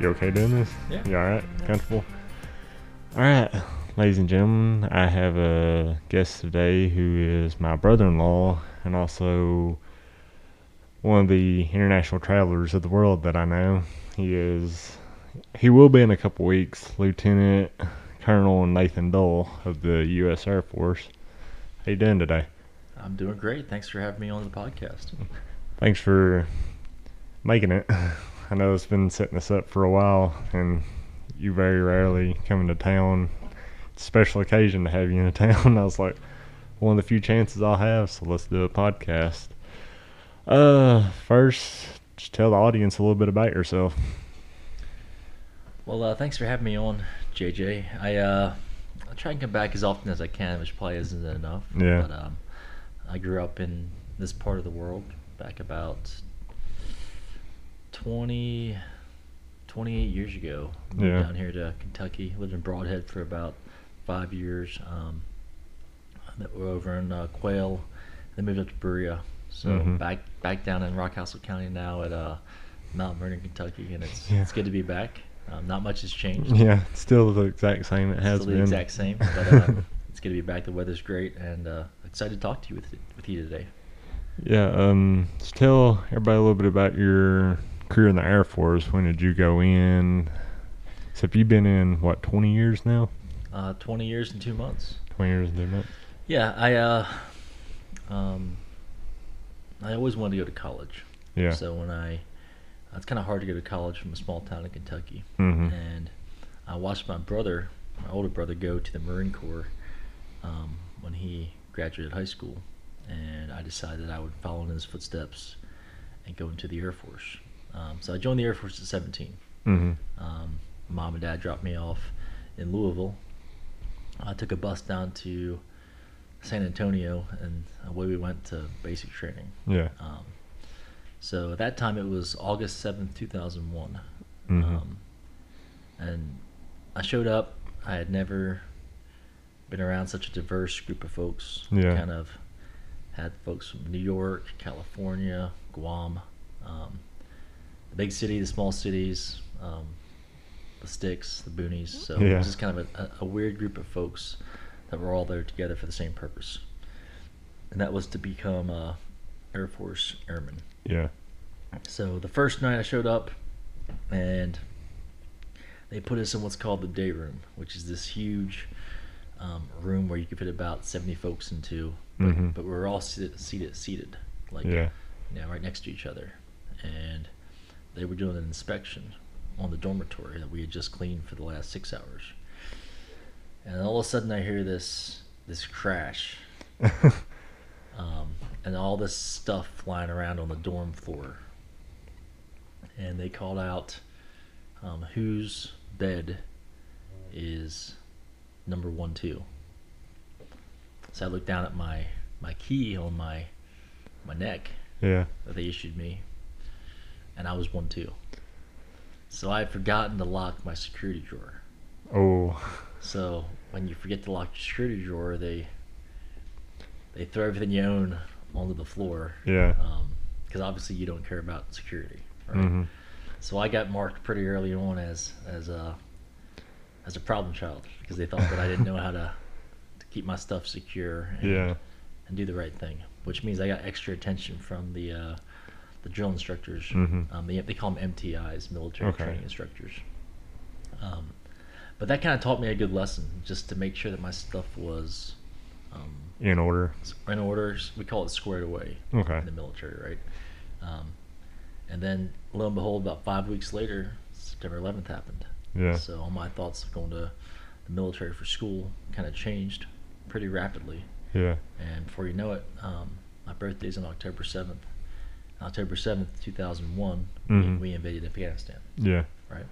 You okay doing this? Yeah. You all right? Comfortable? All right, ladies and gentlemen, I have a guest today who is my brother-in-law and also one of the international travelers of the world that I know. He is. He will be in a couple weeks, Lieutenant Colonel Nathan Dole of the U.S. Air Force. How you doing today? I'm doing great. Thanks for having me on the podcast. Thanks for making it. I know it's been setting us up for a while, and you very rarely come into town. It's a special occasion to have you in town. I was like, one of the few chances I'll have, so let's do a podcast. Uh, first, just tell the audience a little bit about yourself. Well, uh, thanks for having me on, JJ. I uh, I try and come back as often as I can, which probably isn't enough. Yeah. But um, I grew up in this part of the world back about 20, 28 years ago. Moved Yeah. Down here to Kentucky. Lived in Broadhead for about five years. Um, that were over in uh, Quail. Then moved up to Berea. So Mhm. back back down in Rockcastle County now at uh, Mount Vernon, Kentucky, and it's Yeah. it's good to be back. Um, not much has changed. Yeah, it's still the exact same it It's has still been. the exact same, but uh, it's good to be back. The weather's great, and uh, excited to talk to you with with you today. yeah, um, just tell everybody a little bit about your career in the Air Force. When did you go in? So, have you been in what twenty years now? Uh, Twenty years and two months. Twenty years, isn't it? Yeah, I uh, um, I always wanted to go to college. Yeah. So when I, uh, it's kind of hard to go to college from a small town in Kentucky. Mhm. And I watched my brother, my older brother, go to the Marine Corps um, when he graduated high school, and I decided I would follow in his footsteps and go into the Air Force. Um, so I joined the Air Force at 17. Mm-hmm. Um, mom and dad dropped me off in Louisville. I took a bus down to San Antonio, and away we went to basic training. Yeah. Um, so at that time it was August seventh, two thousand one, Mhm. um, and I showed up. I had never been around such a diverse group of folks. Yeah. kind of had folks from New York, California, Guam, um, the big city, the small cities, um, the sticks, the boonies. So it Yeah. was just kind of a, a weird group of folks that were all there together for the same purpose, and that was to become a Air Force airman. Yeah. So the first night I showed up, and they put us in what's called the day room, which is this huge um, room where you could fit about seventy folks into, but, Mhm. but we're all seated, seated, seated, like Yeah. you know, right next to each other, and they were doing an inspection on the dormitory that we had just cleaned for the last six hours, and all of a sudden I hear this this crash, um, and all this stuff flying around on the dorm floor, and they called out um, whose bed is number one two. So I looked down at my my key on my my neck yeah. that they issued me, and I was one too. So I had forgotten to lock my security drawer. Oh. So when you forget to lock your security drawer, they they throw everything you own onto the floor Yeah. because obviously you don't care about security. Right? Mm-hmm. So I got marked pretty early on as as a as a problem child because they thought that I didn't know how to, to keep my stuff secure. And, Yeah. and do the right thing, which means I got extra attention from the uh, the drill instructors. Mhm. Um, they, they call them MTIs, military Okay. training instructors. Um, but that kind of taught me a good lesson, just to make sure that my stuff was um, In order. in order. We call it squared away Okay. in the military, right? Um, and then, lo and behold, about five weeks later, September 11th happened. Yeah. So all my thoughts of going to the military for school kind of changed pretty rapidly. Yeah. And before you know it, um, my birthday's on October 7th. October 7th, 2001, we- Mhm. we invaded Afghanistan, Yeah. right?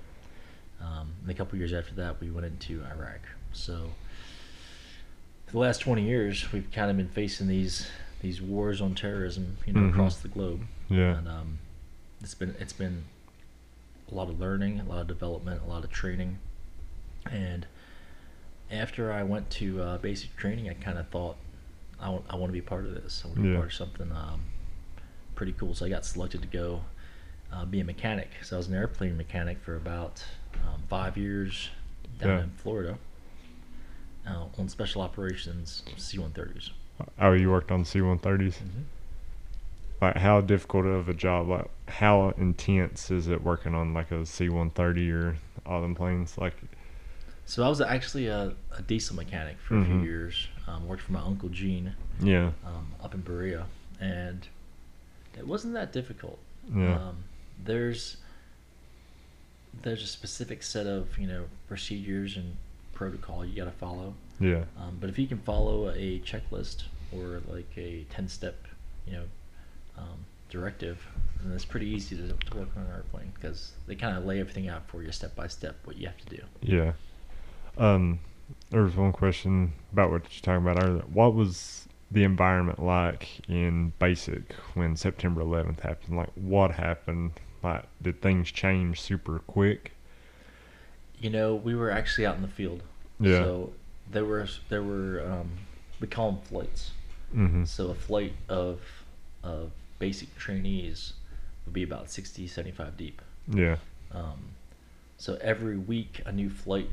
Um, and a couple years after that, we went into Iraq. So for the last 20 years, we've kind of been facing these these wars on terrorism, you know, Mhm. across the globe. Yeah. And um, it's been it's been a lot of learning, a lot of development, a lot of training. And after I went to uh, basic training, I kind of thought, I want to be part of this. I want to be Yeah. part of something um, pretty cool. So I got selected to go uh, be a mechanic. So I was an airplane mechanic for about um, five years down Yeah. in Florida uh, on special operations C 130s. Oh, you worked on C-130s. Mm-hmm. Like, how difficult of a job? Like, how intense is it working on like a C-130 or all them planes? Like, So I was actually a, a diesel mechanic for a Mhm. few years. Um, worked for my uncle Gene yeah, um, up in Berea, and it wasn't that difficult. yeah, Um, there's there's a specific set of you know procedures and protocol you got to follow. yeah, Um, but if you can follow a checklist or like a ten step, you know, um, directive, then it's pretty easy to, to work on an airplane because they kind of lay everything out for you step by step what you have to do. yeah. Um, there was one question about what you're talking about earlier. What was the environment like in basic when September 11th happened? Like, what happened? Like, did things change super quick? You know, we were actually out in the field. Yeah. So there were there were um, we call them flights. Mm-hmm. So a flight of of basic trainees would be about 60, 75 deep. Yeah, Um, so every week a new flight,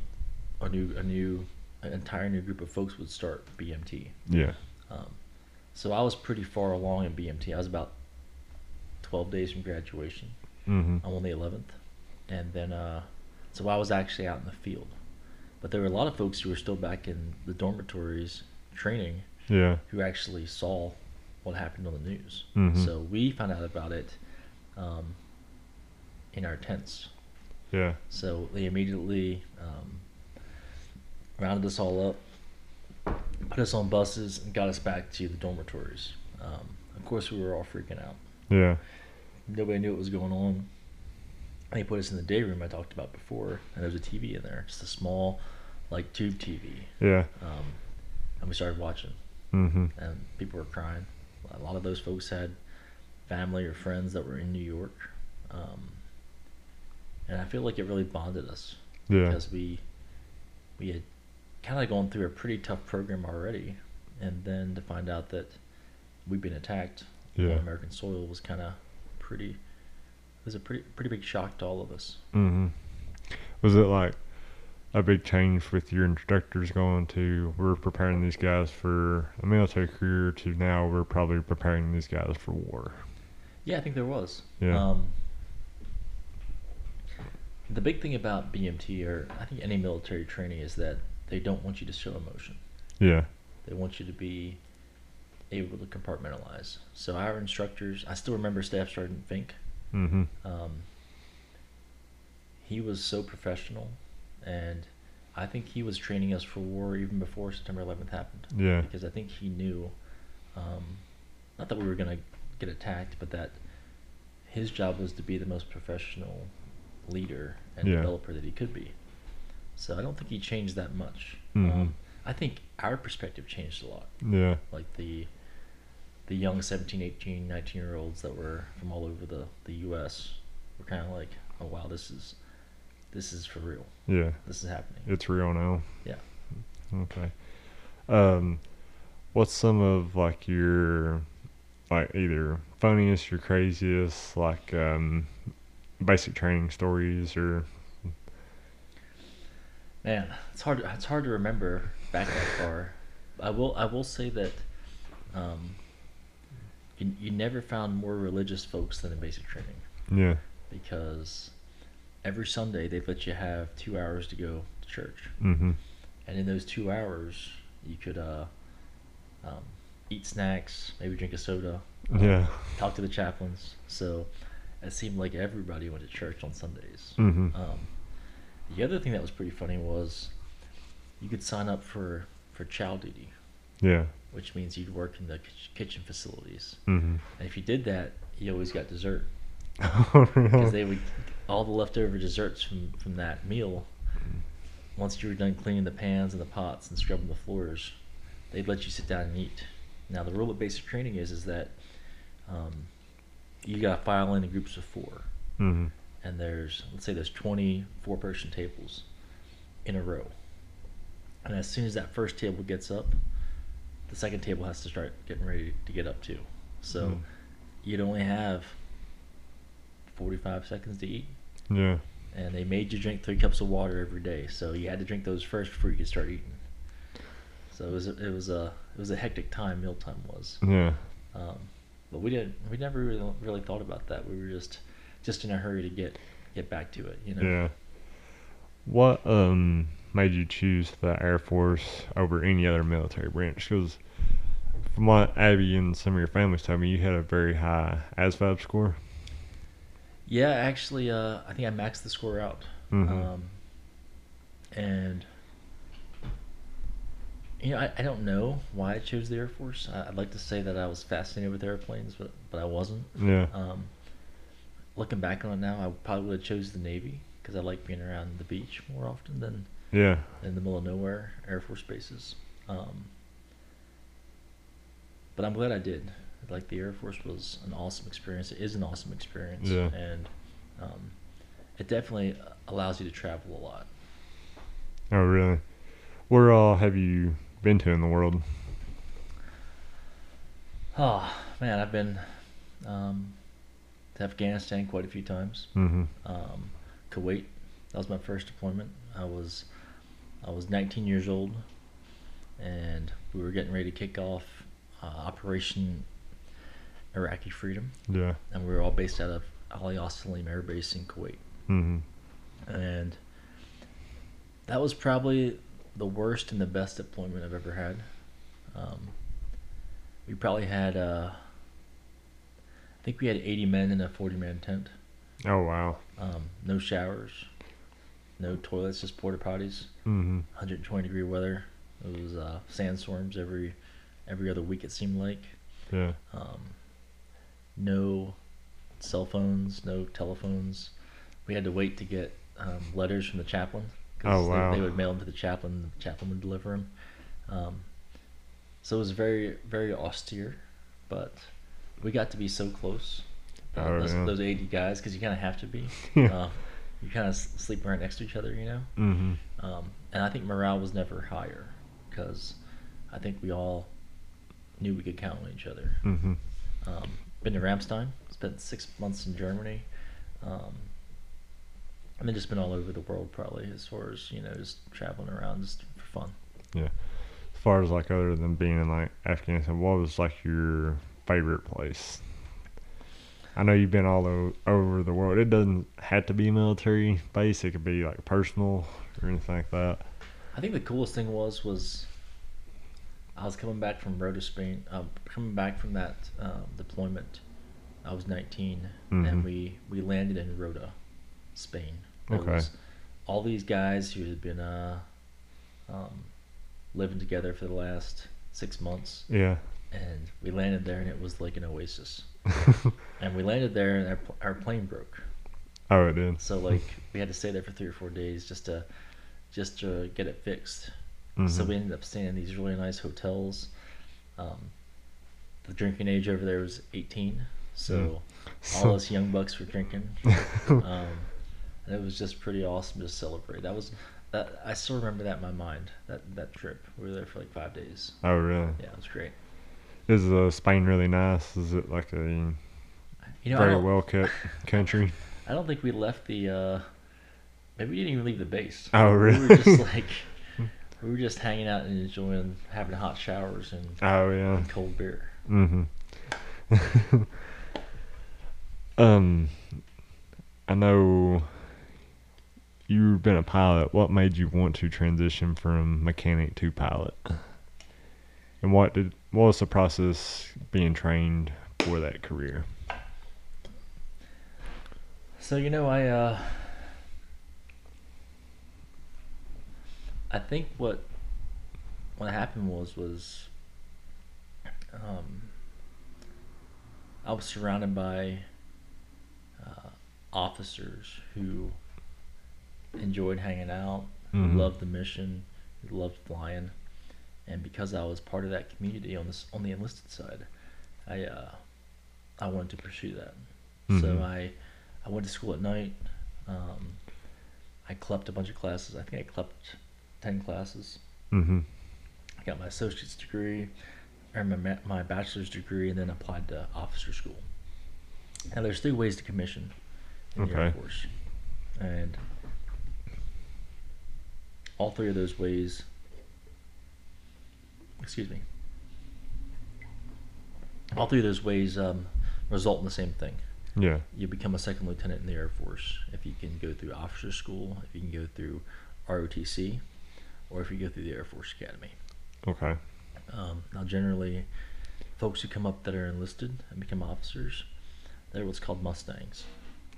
a new a new an entire new group of folks would start BMT. yeah, Um, so I was pretty far along in BMT. I was about 12 days from graduation mm-hmm. on the 11th. And then, uh, so I was actually out in the field. But there were a lot of folks who were still back in the dormitories training yeah, who actually saw what happened on the news. Mhm. So we found out about it um, in our tents. yeah, So they immediately um, rounded us all up, put us on buses, and got us back to the dormitories. Um, of course, we were all freaking out. yeah, Nobody knew what was going on. They put us in the day room I talked about before, and there was a TV in there, just a small, like tube TV, yeah. um, and we started watching. Mm-hmm. And people were crying. A lot of those folks had family or friends that were in New York, um, and I feel like it really bonded us Yeah, because we we had kind of gone through a pretty tough program already, and then to find out that we'd been attacked Yeah. on American soil was kind of pretty. It was a pretty pretty big shock to all of us. Mm-hmm. Was it like a big change with your instructors going to we're preparing these guys for a military career to now we're probably preparing these guys for war? Yeah, I think there was. Yeah. Um, the big thing about BMT or I think any military training is that they don't want you to show emotion. Yeah, They want you to be able to compartmentalize. So our instructors, I still remember Staff Sergeant Fink. mm-hmm. um, he was so professional, and I think he was training us for war even before September 11th happened. Yeah. Because I think he knew, um, not that we were gonna get attacked, but that his job was to be the most professional leader and Yeah. developer that he could be. So I don't think he changed that much. Mhm. Um, I think our perspective changed a lot yeah, like the the young 17 18 19 year olds that were from all over the the us were kind of like oh wow this is this is for real yeah. this is happening It's real now. Yeah. Okay. Um, what's some of like your like either funniest or craziest like um basic training stories or man it's hard it's hard to remember back that far i will i will say that um you, you never found more religious folks than in basic training yeah because every sunday they let you have two hours to go to church mm-hmm and in those two hours you could uh, um, eat snacks maybe drink a soda yeah talk to the chaplains so it seemed like everybody went to church on sundays mm-hmm um, the other thing that was pretty funny was you could sign up for for chow duty yeah which means you'd work in the kitch- kitchen facilities mm-hmm and if you did that you always got dessert oh, because really? they would all the leftover desserts from from that meal. Once you were done cleaning the pans and the pots and scrubbing the floors, they'd let you sit down and eat. Now the rule of basic training is is that um, you got to file in in groups of four, mm-hmm and there's let's say there's 20 four-person tables in a row, and as soon as that first table gets up, the second table has to Mm-hmm. start getting ready to get up too. So Mm. you'd only have 45 seconds to eat, Yeah. and they made you drink three cups of water every day. So you had to drink those first before you could start eating. So it was a- it was a it was a hectic time mealtime was. Yeah. Um, but we didn't. We never really, really thought about that. We were just just in a hurry to get get back to it. You know. Yeah. What um made you choose the Air Force over any other military branch? Because from what Abby and some of your families told me, you had a very high ASVAB score. Yeah, actually, uh, I think I maxed the score out. Mm-hmm. Um, and you know, I, I don't know why I chose the Air Force. I, I'd like to say that I was fascinated with airplanes, but but I wasn't. yeah. Um, looking back on it now, I probably would have chose the Navy because I like being around the beach more often than Yeah. in the middle of nowhere Air Force bases. Um, but I'm glad I did. Like the Air Force was an awesome experience. It is an awesome experience, Yeah. and um, it definitely allows you to travel a lot. Oh, really? Where all have you been to in the world? Oh man, I've been um, to Afghanistan quite a few times. Mm-hmm. Um, Kuwait, that was my first deployment. I was I was 19 years old, and we were getting ready to kick off uh, Operation Iraqi Freedom, Yeah. and we were all based out of Ali Al Salim Air Base in Kuwait, Mm-hmm. and that was probably the worst and the best deployment I've ever had. Um, we probably had, uh, I think we had 80 men in a 40 man tent. Oh, wow. Um, no showers, no toilets, just porta potties. Mm-hmm. 120 degree weather. It was uh, sandstorms every every other week. It seemed like Yeah. um, no cell phones, no telephones. We had to wait to get um, letters from the chaplain. Oh, wow. they, they would mail them to the chaplain. The chaplain would deliver them. Um, so it was very very austere, but we got to be so close. Uh, Oh, those, yeah. those 80 guys, because you kind of have to be. Yeah. Uh, you kind of sleep right next to each other, you know. Mm-hmm. Um, and I think morale was never higher because I think we all knew we could count on each other. Mm-hmm. Um, been to Ramstein, spent six months in Germany. Um, I mean, just been all over the world probably as far as, you know, just traveling around just for fun. As far as like other than being in like Afghanistan, what was like your favorite place? I know you've been all o- over the world. It doesn't have to be a military base. It could be like personal or anything like that. I think the coolest thing was was I was coming back from Road to Spain, um, coming back from that um, deployment. I was 19, Mhm. and we we landed in Rota, Spain. There Okay. was all these guys who had been uh, um, living together for the last six months, Yeah. and we landed there, and it was like an oasis. and we landed there, and our, pl- our plane broke. Oh, it did. So like we had to stay there for three or four days just to just to get it fixed. So Mhm. we ended up staying in these really nice hotels. Um, the drinking age over there was 18, so Mm. all us young bucks were drinking. um, and it was just pretty awesome to celebrate. That was that I still remember that in my mind. That that trip. We were there for like five days. oh, really? Yeah, it was great. Is uh, Spain really nice? Is it like a You know, I very don't, well kept country? I don't think we left the. Uh, maybe we didn't even leave the base. Oh, We really? were just like we were just hanging out and enjoying having hot showers and Oh, yeah. cold beer. Mm-hmm. um, I know you've been a pilot. What made you want to transition from mechanic to pilot? And what did what was the process being trained for that career? So you know, I uh, I think what what happened was was um, I was surrounded by uh, officers who enjoyed hanging out, Mhm. who loved the mission, who loved flying, and because I was part of that community on this on the enlisted side, I uh, I wanted to pursue that. Mhm. So I I went to school at night. Um, I clept a bunch of classes. I think I clept ten classes. Mm-hmm. I got my associate's degree, or my ma- my bachelor's degree, and then applied to officer school. Now there's three ways to commission. in the Air Okay. Force. And all three of those ways, excuse me, all three of those ways um, result in the same thing. Yeah. You become a second lieutenant in the Air Force if you can go through officer school, if you can go through ROTC, or if you go through the Air Force Academy. Okay. Um, now, generally, folks who come up that are enlisted and become officers, they're what's called Mustangs.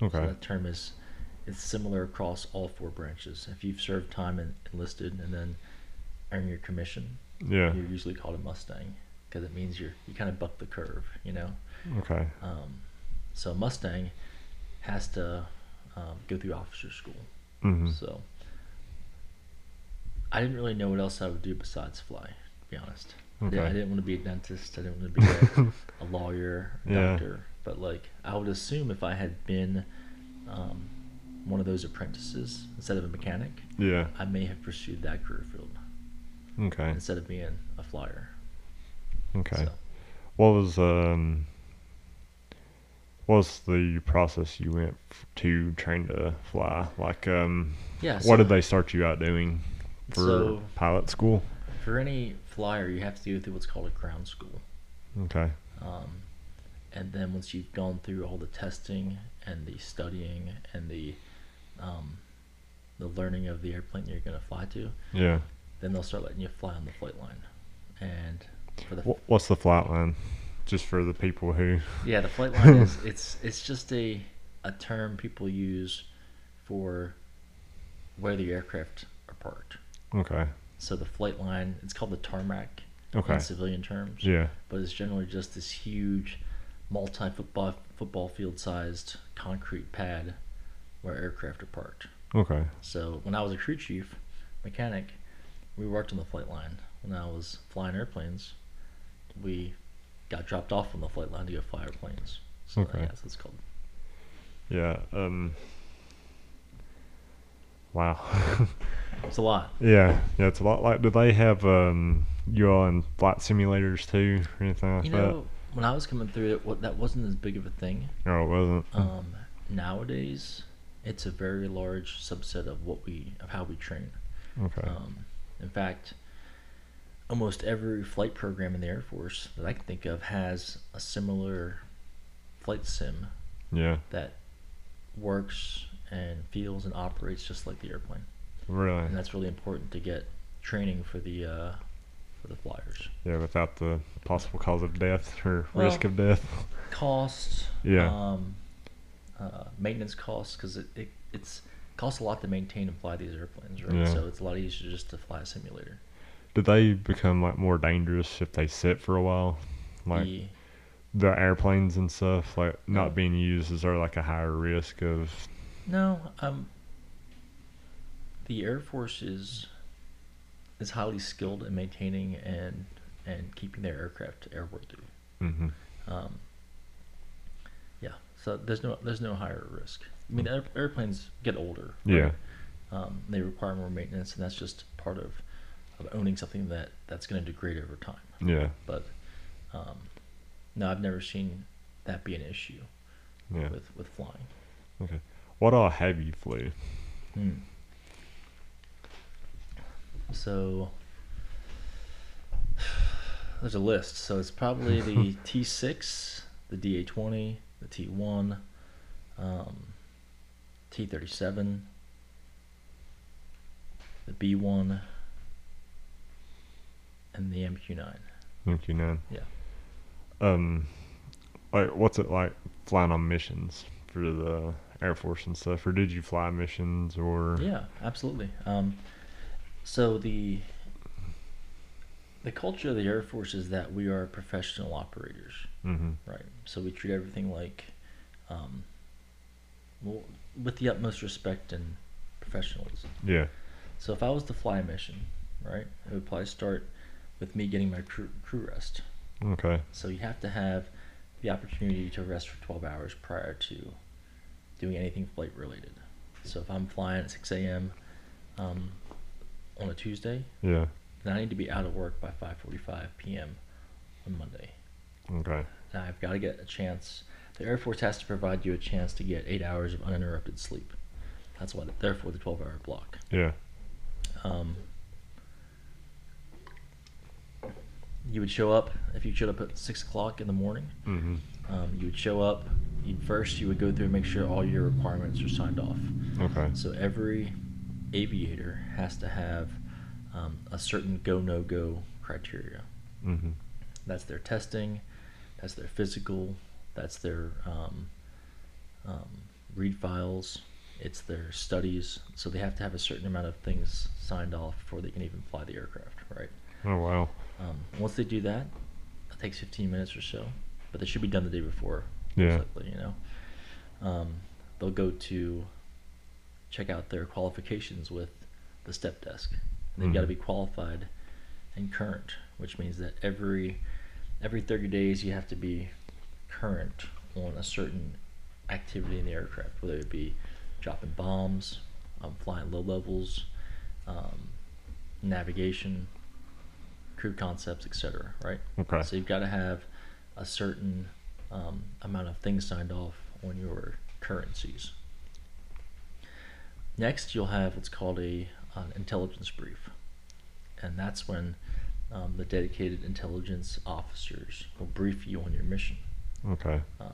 So Okay. that term is it's similar across all four branches. If you've served time and enlisted and then earn your commission, Yeah. you're usually called a Mustang because it means you're you kind of buck the curve, you know. Okay. Um, so a Mustang has to um, go through officer school. hmm So I didn't really know what else I would do besides fly. To be honest, I didn't- I, Okay. didn't want to be a dentist. I didn't want to be a, a lawyer, a Yeah. doctor. But like, I would assume if I had been um, one of those apprentices instead of a mechanic, Yeah. I may have pursued that career field Okay. instead of being a flyer. Okay. So What was um what was the process you went f- to train to fly? Like um yeah. what so- did they start you out doing for So- pilot school? For any flyer, you have to go through what's called a ground school. Okay. Um, and then once you've gone through all the testing and the studying and the um, the learning of the airplane you're going to fly to, Yeah. then they'll start letting you fly on the flight line. And for the Wh- What's the flight line? Just for the people who yeah, the flight line is it's it's just a a term people use for where the aircraft are parked. Okay. So the flight line, it's called the tarmac Okay. in civilian terms. Yeah. but it's generally just this huge multi football football field sized concrete pad where aircraft are parked. Okay. So when I was a crew chief mechanic, we worked on the flight line. When I was flying airplanes, we got dropped off on the flight line to go fly airplanes. So Okay. okay. that's what it's called. Yeah. Um Wow. It's a lot. yeah. Yeah, it's a lot like do they have um you all in flight simulators too or anything like You know, when I was coming through it, what that wasn't as big of a thing. that? No, it wasn't. Um, nowadays, it's a very large subset of what we of how we train. okay. Um, in fact, almost every flight program in the Air Force that I can think of has a similar flight sim yeah. that works and feels and operates just like the airplane. Really. And that's really important to get training for the uh, for the flyers. Yeah, without the possible cause of death or Well- risk of death. Costs, Yeah. um, uh, maintenance costs, because it, it it's costs a lot to maintain and fly these airplanes, right? Yeah. So it's a lot easier just to fly a simulator. Do they become like more dangerous if they sit for a while? Like The- the airplanes and stuff, like No. not being used, is there like a higher risk of? No, um, the Air Force is is highly skilled in maintaining and and keeping their aircraft airworthy. Mm-hmm. Um, yeah, so there's no there's no higher risk. I mean, air, airplanes get older. right? Yeah. um, they require more maintenance, and that's just part of of owning something that that's going to degrade over time. Yeah. But um, no, I've never seen that be an issue Yeah. with with flying. What all have you flew? Hmm. So there's a list. So it's probably the T6, the DA20, the T1, um, T37, the B1, and the MQ9. Think you know? Yeah. Um, like what's it like flying on missions for the Air Force and stuff, or did you fly missions or? Yeah, absolutely. Um, so the the culture of the Air Force is that we are professional operators. Mm-hmm. Right. So we treat everything like, um, well, with the utmost respect and professionalism. Yeah. So if I was to fly a mission, right, it would probably start with me getting my crew, crew rest. Okay. So you have to have the opportunity to rest for 12 hours prior to doing anything flight related. So if I'm flying at 6 a.m. Um, on a Tuesday, Yeah. then I need to be out of work by 5:45 p.m. on Monday. Okay. Now I've got to get a chance. The Air Force has to provide you a chance to get eight hours of uninterrupted sleep. That's why, therefore, the 12 hour block. Yeah. Um, you would show up, if you showed up at 6 o'clock in the morning, Mm-hmm. um, you would show up. You'd, first, you would go through and make sure all your requirements are signed off. Okay. So every aviator has to have um, a certain go no go criteria. Mm-hmm. That's their testing, that's their physical, that's their um, um, read files, it's their studies. So they have to have a certain amount of things signed off before they can even fly the aircraft, right? Oh wow. Um, once they do that, it takes 15 minutes or so, but they should be done the day before Yeah. most likely, you know. Um, they'll go to check out their qualifications with the step desk. They've got to Mhm. be qualified and current, which means that every every 30 days you have to be current on a certain activity in the aircraft, whether it be dropping bombs, um, flying low levels, um, navigation, crew concepts, etc. Right? Okay. So you've got to have a certain um, amount of things signed off on your currencies. Next, you'll have what's called a an intelligence brief, and that's when um, the dedicated intelligence officers will brief you on your mission. Okay. Um,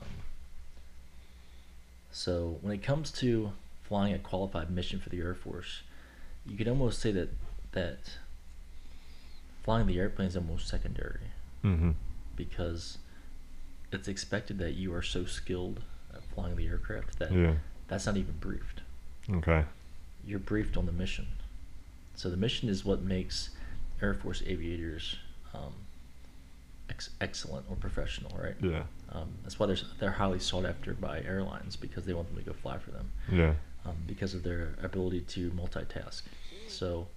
so when it comes to flying a qualified mission for the Air Force, you could almost say that that flying the airplane is almost secondary Mm-hmm. because it's expected that you are so skilled at flying the aircraft that Yeah. that's not even briefed. Okay. You're briefed on the mission. So the mission is what makes Air Force aviators um, ex- excellent or professional, right? Yeah. Um, that's why they're, s- they're highly sought after by airlines because they want them to go fly for them Yeah. um, because of their ability to multitask. So,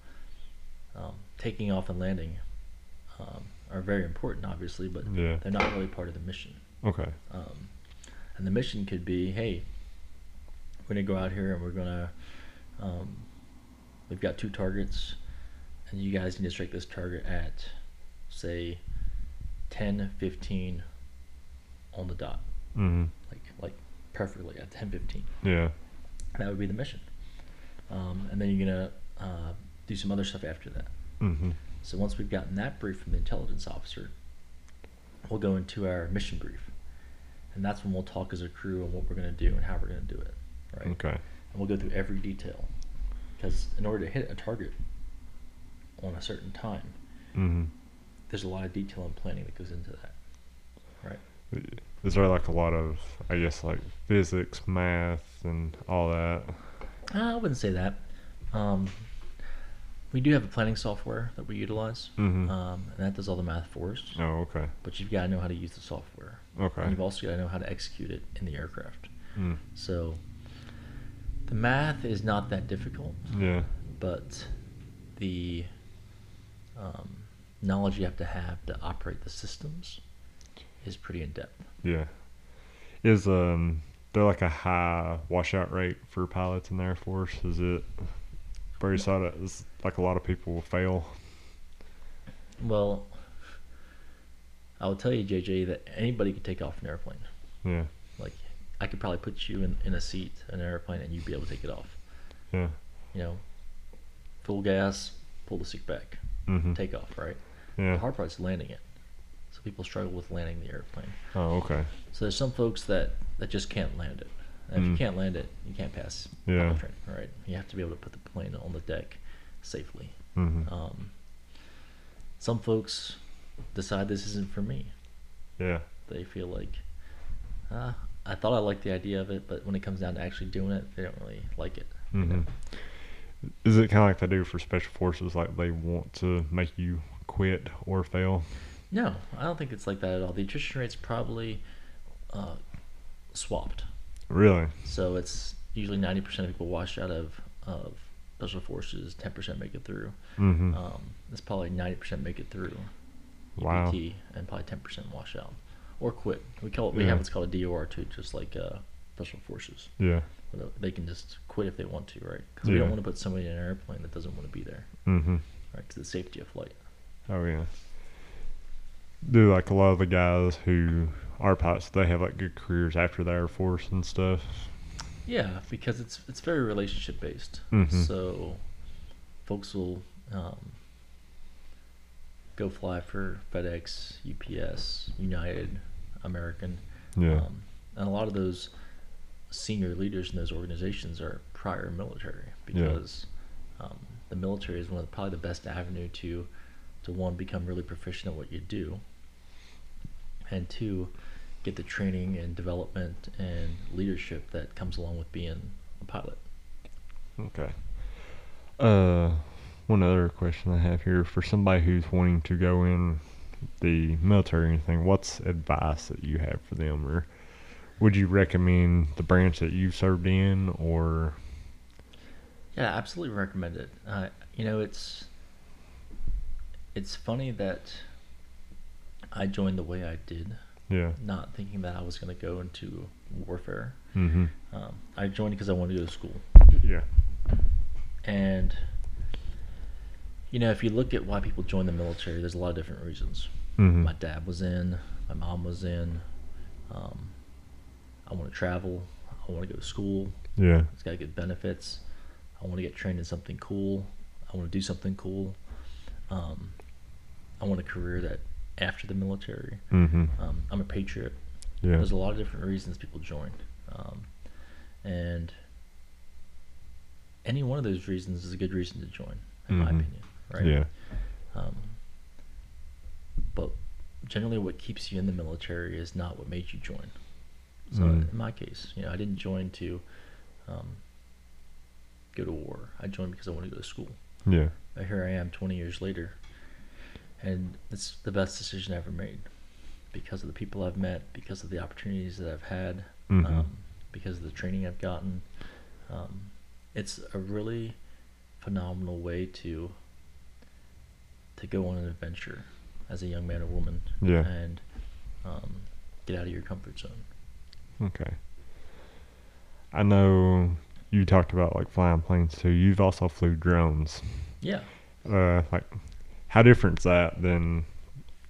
um, taking off and landing um, are very important, obviously, but Yeah. they're not really part of the mission. Okay. Um, and the mission could be, hey, we're gonna go out here and we're gonna, um, we've got two targets, and you guys need to strike this target at, say, 10, 15 on the dot, Mm-hmm. like like perfectly at 10, 15. Yeah. That would be the mission. Um, and then you're gonna uh, do some other stuff after that. Mm-hmm. So once we've gotten that brief from the intelligence officer, we'll go into our mission brief. And that's when we'll talk as a crew on what we're going to do and how we're going to do it. Right? Okay. And we'll go through every detail. Because in order to hit a target on a certain time, Mm-hmm. there's a lot of detail and planning that goes into that. Is there like a lot of, I guess, like physics, math, and all that? Uh, I wouldn't say that. Um, we do have a planning software that we utilize, Mm-hmm. um, and that does all the math for us. oh, okay. But you've got to know how to use the software. And Okay. you've also got to know how to execute it in the aircraft. Mm. So the math is not that difficult, Yeah. but the um, knowledge you have to have to operate the systems is pretty in depth. Yeah. Is um there like a high washout rate for pilots in the Air Force? Is it very sought out? Is like a lot of people will fail? Well, I will tell you, JJ, that anybody could take off an airplane. Yeah. Like, I could probably put you in, in a seat, in an airplane, and you'd be able to take it off. Yeah. You know, full gas, pull the seat back, Mm-hmm. take off, right? The Yeah. hard part's landing it. So people struggle with landing the airplane. Oh, okay. So there's some folks that, that just can't land it. And if you Mm. can't land it, you can't pass. Yeah. All right. You have to be able to put the plane on the deck safely. Mm-hmm. Um, some folks decide this isn't for me. Yeah. They feel like, ah, I thought I liked the idea of it, but when it comes down to actually doing it, they don't really like it. Mm-hmm. Is it kind of like they do for special forces? Like they want to make you quit or fail? No, I don't think it's like that at all. The attrition rate's probably uh, swapped. Really? So it's usually 90% of people wash out of, of special forces, 10% make it through. Mm-hmm. Um, it's probably 90% make it through Wow. EPT and probably 10% wash out or quit. We call it, we Yeah. have what's called a DOR too, just like uh, special forces. Yeah. where They can just quit if they want to, right? Because we Yeah. don't want to put somebody in an airplane that doesn't want to be there, Mm-hmm. right? Because the safety of flight. Oh yeah. Do like a lot of the guys who our pilots, they have like good careers after the Air Force and stuff. Yeah, because it's it's very relationship based. Mhm. So folks will um, go fly for FedEx, UPS, United, American, Yeah. um, and a lot of those senior leaders in those organizations are prior military because um, the military is one of the, probably the best avenue to to one become really proficient at what you do, and two get the training and development and leadership that comes along with being a pilot. Um, Okay. Uh, one other question I have here for somebody who's wanting to go in the military or anything, what's advice that you have for them, or would you recommend the branch that you've served in, or Yeah, I absolutely recommend it. Uh, you know, it's it's funny that I joined the way I did, yeah, not thinking that I was going to go into warfare. mm-hmm, Um, I joined because I wanted to go to school, yeah, and you know, if you look at why people join the military, there's a lot of different reasons. mm-hmm, My dad was in, my mom was in. Um, I want to travel. I want to go to school. yeah, It's got good benefits. I want to get trained in something cool. I want to do something cool. Um, I want a career that after the military. mm-hmm, Um, I'm a patriot. yeah, There's a lot of different reasons people join, um, and any one of those reasons is a good reason to join, in my Mhm. opinion. Right? yeah, Um, but generally, what keeps you in the military is not what made you join. So Mm. in my case, you know, I didn't join to um, go to war. I joined because I wanted to go to school. yeah, But here I am, 20 years later, and it's the best decision I ever made because of the people I've met, because of the opportunities that I've had, Mhm. um, because of the training I've gotten. Um, it's a really phenomenal way to to go on an adventure as a young man or woman Yeah. and um, get out of your comfort zone. okay. I know you talked about like flying planes too. You've also flew drones. Yeah. uh, like how different's that than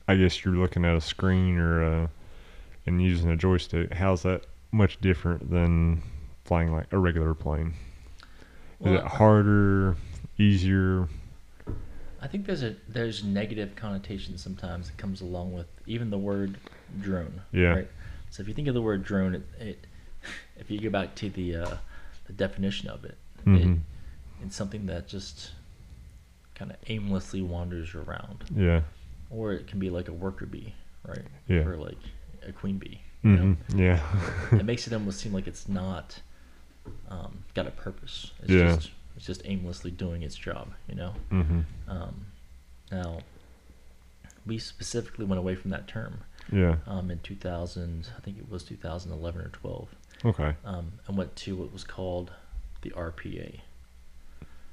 I guess you're looking at a screen or uh, and using a joystick. How's that much different than flying like a regular plane? Is it Well, harder, easier? I think there's a there's negative connotation sometimes that comes along with even the word drone. Yeah. So if you think of the word drone, it, it if you go back to the uh, the definition of it, Mhm. it, it's something that just kind of aimlessly wanders around, Yeah, or it can be like a worker bee, right? Yeah. Or like a queen bee. you know? hmm yeah, it makes it almost seem like it's not um, got a purpose. It's Yeah. Just, it's just aimlessly doing its job. You know. hmm Um, now, we specifically went away from that term yeah. um, in 2000, I think it was 2011 or 12, Okay. um, and went to what was called the RPA.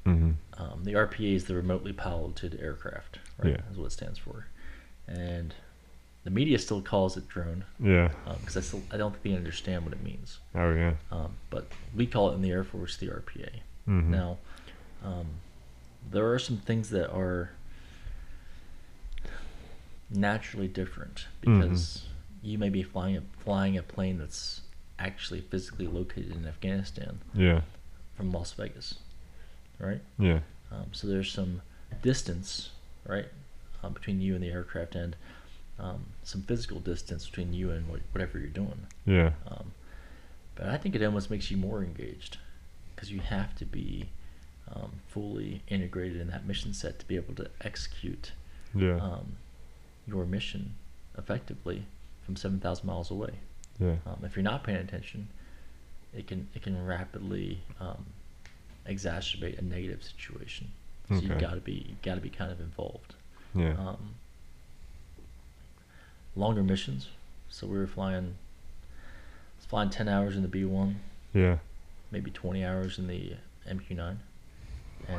hmm Um, the RPA is the remotely piloted aircraft, right? Yeah. Is what it stands for. And the media still calls it drone Yeah. because I still I don't think they understand what it means. Oh yeah. Um, but we call it in the Air Force the RPA. hmm Now, um, there are some things that are naturally different because you may be flying a, flying a plane that's actually physically located in Afghanistan Yeah. from Las Vegas, right? Yeah. Um, so there's some distance, right, um, between you and the aircraft, and um, some physical distance between you and what, whatever you're doing. Yeah. Um, but I think it almost makes you more engaged because you have to be um, fully integrated in that mission set to be able to execute Yeah. um, your mission effectively from 7,000 miles away. Yeah. Um, if you're not paying attention, it can it can rapidly um, exacerbate a negative situation. So you Okay. got to be you got to be kind of involved Yeah. um, longer missions. So we were flying, was flying ten hours in the B one, Yeah. maybe twenty hours in the MQ nine, and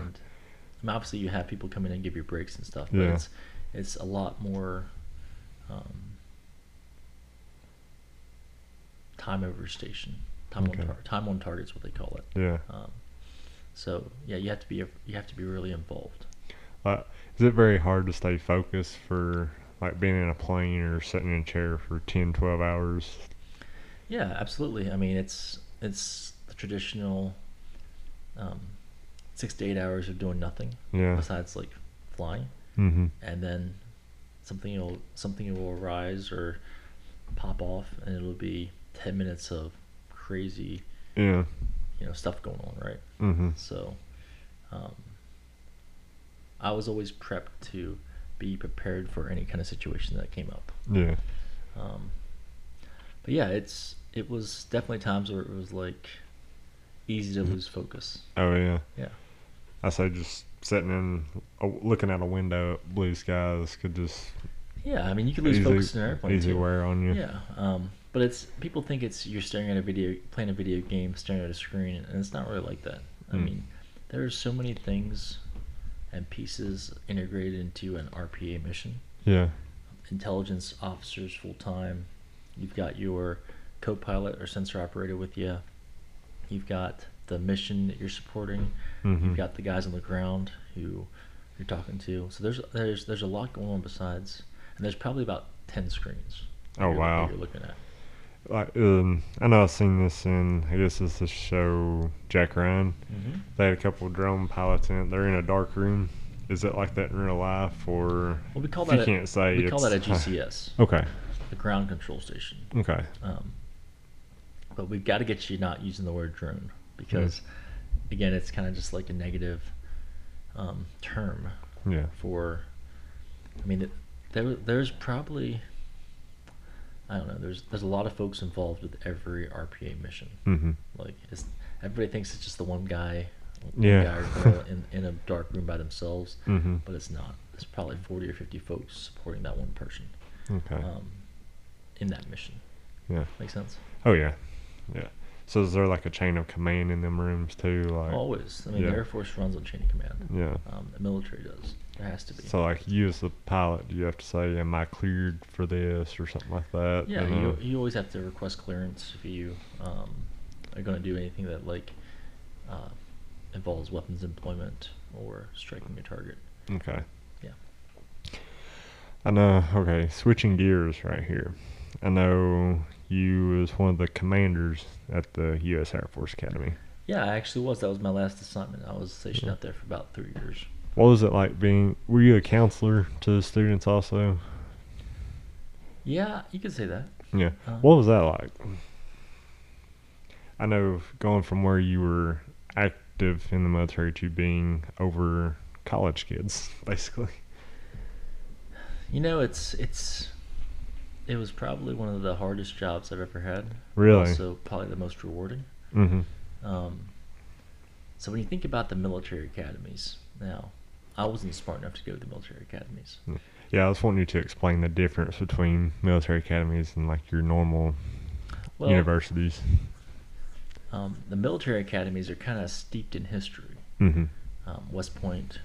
I mean, obviously you have people come in and give you breaks and stuff. But Yeah. it's it's a lot more um, time over station, time Okay. on tar- time on target is what they call it. Yeah. Um, so yeah, you have to be you have to be really involved. Is it very hard to stay focused for like being in a plane or sitting in a chair for 10, 12 hours. Yeah, absolutely. I mean, it's it's the traditional um, six to eight hours of doing nothing Yeah. besides like flying, Mm-hmm. and then something will something will arise or pop off, and it'll be ten minutes of crazy Yeah. you know stuff going on, right? Mm-hmm. So, um, I was always prepped to be prepared for any kind of situation that came up. Yeah. Um, but yeah, it's it was definitely times where it was like easy to lose focus. Oh yeah. Yeah. I say just sitting in, oh, looking out a window at blue skies could just Yeah, I mean you can lose easily- focus in an airplane easily too. wear on you. Yeah, um, but it's people think it's you're staring at a video, playing a video game, staring at a screen, and it's not really like that. I Mm. mean, there are so many things and pieces integrated into an RPA mission. Yeah. intelligence officers full time. You've got your co pilot or sensor operator with you. You've got the mission that you're supporting. Mm-hmm. You've got the guys on the ground who you're talking to. So there's there's there's a lot going on besides, and there's probably about ten screens. that oh you're- that wow. You're looking at. Like um, I know I've seen this in I guess it's the show Jack Ryan. Mm-hmm. They had a couple of drone pilots in it. They're in a dark room. Is it like that in real life or Well, we call if you that a, can't say we call it's- that a GCS, Okay. the ground control station. Okay. Um, but we've got to get you not using the word drone because, again, it's kind of just like a negative um, term Yeah. for. I mean, it, there there's probably I don't know. There's there's a lot of folks involved with every RPA mission. Mm-hmm. Like it's, everybody thinks it's just the one guy, one Yeah. guy or girl in in a dark room by themselves, Mm-hmm. but it's not. There's probably forty or fifty folks supporting that one person Okay. um, in that mission. Yeah. Make sense? Oh yeah. Yeah. So is there like a chain of command in them rooms too? Like Always. I mean, Yeah. the Air Force runs on chain of command. Yeah. Um, the military does. There has to be. So uh, like you as the pilot, you have to say, "Am I cleared for this?" or something like that. yeah, you know? you, you always have to request clearance if you um, are going to do anything that like uh, involves weapons employment or striking a target. Okay. Yeah. I know. Okay, switching gears right here. I know you was one of the commanders at the U.S. Air Force Academy. Yeah, I actually was. That was my last assignment. I was stationed Yeah. out there for about three years. What was it like being? Were you a counselor to the students also? Yeah, you could say that. Yeah. Um, What was that like? I know going from where you were active in the military to being over college kids, basically. You know, it's it's it was probably one of the hardest jobs I've ever had. Really. Also, probably the most rewarding. mm-hmm. Um, so when you think about the military academies, now I wasn't smart enough to go to the military academies. Yeah, I was wanting you to explain the difference between military academies and like your normal Well, universities. um, the military academies are kind of steeped in history. Mm-hmm. Um, West Point,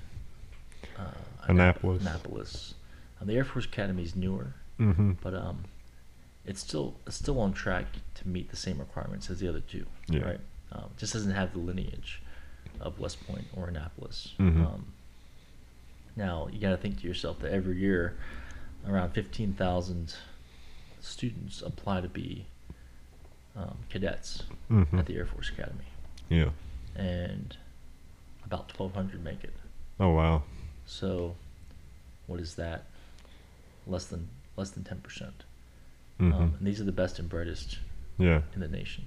uh, Annapolis. Annapolis. Um, the Air Force Academy is newer, Mm-hmm. but um, it's still it's still on track to meet the same requirements as the other two. Yeah. Right. Um, just doesn't have the lineage of West Point or Annapolis. Mhm. Um, now you got to think to yourself that every year, around fifteen thousand students apply to be um, cadets Mm-hmm. at the Air Force Academy, Yeah. and about twelve hundred make it. Oh wow. So, what is that? Less than less than ten percent. Mm-hmm. Um, and these are the best and brightest yeah. in the nation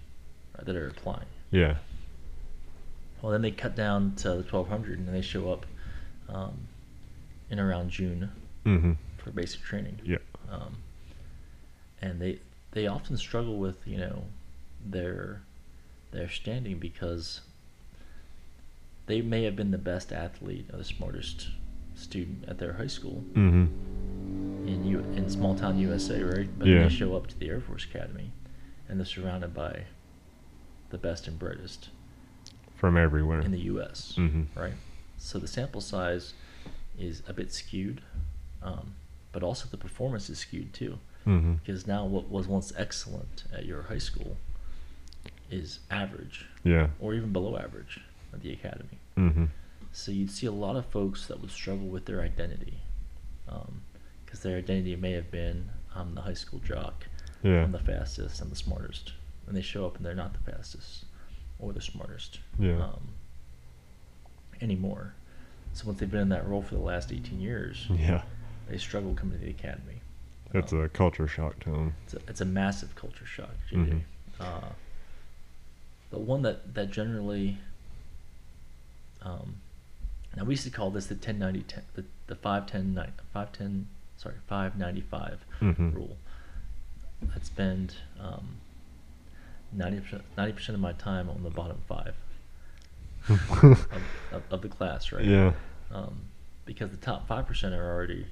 right, that are applying. Yeah. Well, then they cut down to the 1200 and they show up um, in around June Mm-hmm. for basic training. Yeah. Um, and they they often struggle with you know their their standing because they may have been the best athlete or the smartest student at their high school Mm-hmm. in U- in small town USA, right? But Yeah. then they show up to the Air Force Academy and they're surrounded by the best and brightest From everywhere. in the U.S. mm-hmm. right? So the sample size is a bit skewed, um, but also the performance is skewed too, Mm-hmm. because now what was once excellent at your high school is average Yeah. or even below average at the academy. Mm-hmm. So you'd see a lot of folks that would struggle with their identity. Um, because their identity may have been I'm the high school jock, Yeah. I'm the fastest, I'm the smartest, and they show up and they're not the fastest or the smartest Yeah. um, anymore. So once they've been in that role for the last 18 years, Yeah. they struggle coming to the academy. That's a culture shock to them. It's a, it's a massive culture shock. Mm-hmm. JD. Uh, but one that, that generally, um, now we used to call this the 1090, 10, the, the 510, 9 510, sorry, 595 Mhm. rule. I'd spend um, 90%, 90% of my time on the bottom five of, of, of the class, right? Yeah. um, because the top five percent are already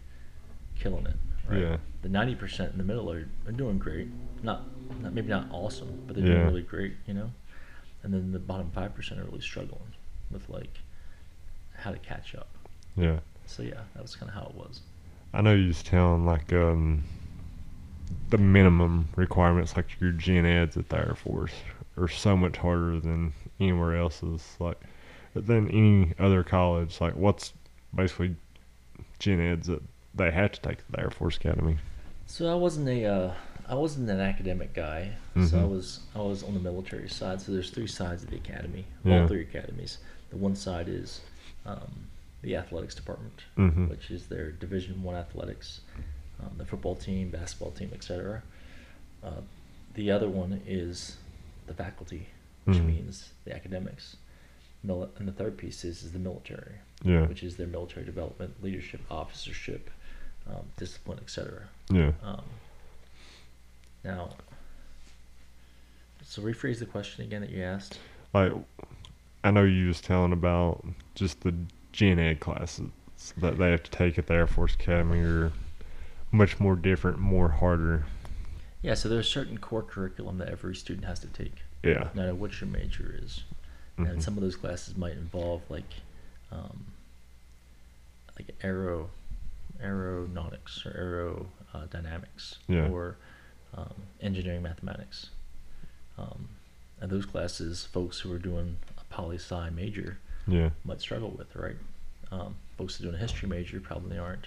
killing it. Right? Yeah. The ninety percent in the middle are, are doing great. Not, not maybe not awesome, but they're Yeah. doing really great. You know, and then the bottom five percent are really struggling with like how to catch up. Yeah. So yeah, that was kind of how it was. I know you was telling like um the minimum requirements like your gen eds at the Air Force are so much harder than anywhere else's like than any other college like what's basically gen eds that they have to take at the Air Force Academy. So I wasn't a, uh, I wasn't an academic guy. So I Mhm. was, I was on the military side. So there's three sides of the academy, Yeah. all three academies. The one side is um, the athletics department, Mhm. which is their Division One athletics, um, the football team, basketball team, etc. Uh, the other one is the faculty, which Mhm. means the academics. Mil- and the third piece is, is the military, Yeah. which is their military development, leadership, officership, um, discipline, etc. Yeah. Um, now, so rephrase the question again that you asked. Like I know you was telling about just the gen ed classes that they have to take at the Air Force Academy are much more different, more harder. Yeah, so there's certain core curriculum that every student has to take, Yeah. no matter what your major is, Mhm. and some of those classes might involve like, um, like aero, aeronautics or aero uh, dynamics Yeah. or um, engineering mathematics. Um, and those classes, folks who are doing a poli sci major, Yeah. might struggle with, right? Um, folks who are doing a history major probably aren't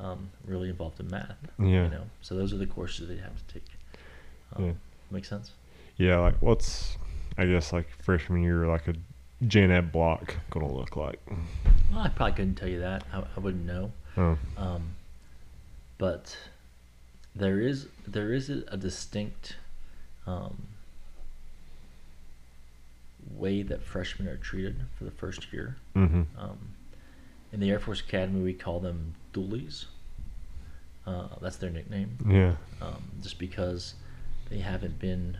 um, really involved in math. Yeah. You know, so those are the courses they have to take. Um, Yeah. Make sense? Yeah, like what's I guess like freshman year like a gen ed block gonna look like? Well, I probably couldn't tell you that. I, I wouldn't know. Oh, Um, but there is there is a, a distinct um, way that freshmen are treated for the first year. mm-hmm. Um, in the Air Force Academy, we call them doolies. Uh, that's their nickname. Yeah, um, just because they haven't been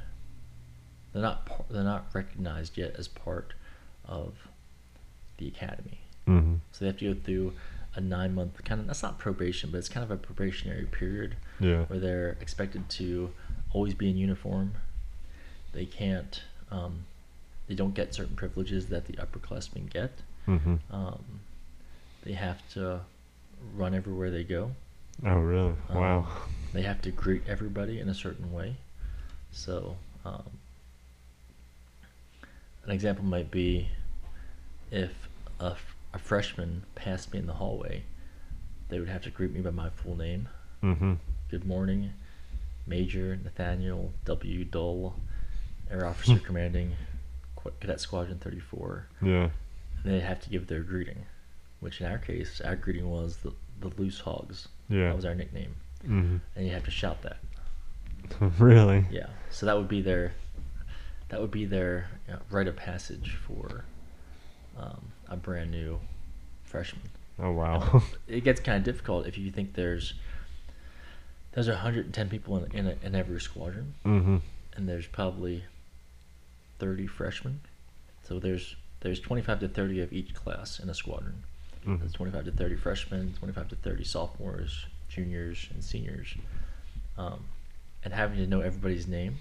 they're not par- they're not recognized yet as part of the academy mm-hmm. so they have to go through a nine month kind of that's not probation but it's kind of a probationary period yeah, where they're expected to always be in uniform they can't um, they don't get certain privileges that the upperclassmen get mm-hmm. um, they have to run everywhere they go Oh, really? Um, wow. they have to greet everybody in a certain way. So, um, an example might be if a, f- a freshman passed me in the hallway, they would have to greet me by my full name. Mm-hmm. Good morning, Major Nathaniel W. Dole, Air Officer Commanding, Qu- Cadet Squadron 34. Yeah, And they have to give their greeting, which in our case, our greeting was the, the Loose Hogs. yeah. That was our nickname. mm-hmm. And you have to shout that. really? Yeah. So that would be their, that would be their you know, rite of passage for um, a brand new freshman. Oh, wow. It gets kind of difficult if you think there's there's 110 people in in, a, in every squadron, mm-hmm. and there's probably 30 freshmen. So there's there's 25 to 30 of each class in a squadron. Mhm. There's 25 to 30 freshmen, 25 to 30 sophomores, juniors, and seniors. Um, and having to know everybody's name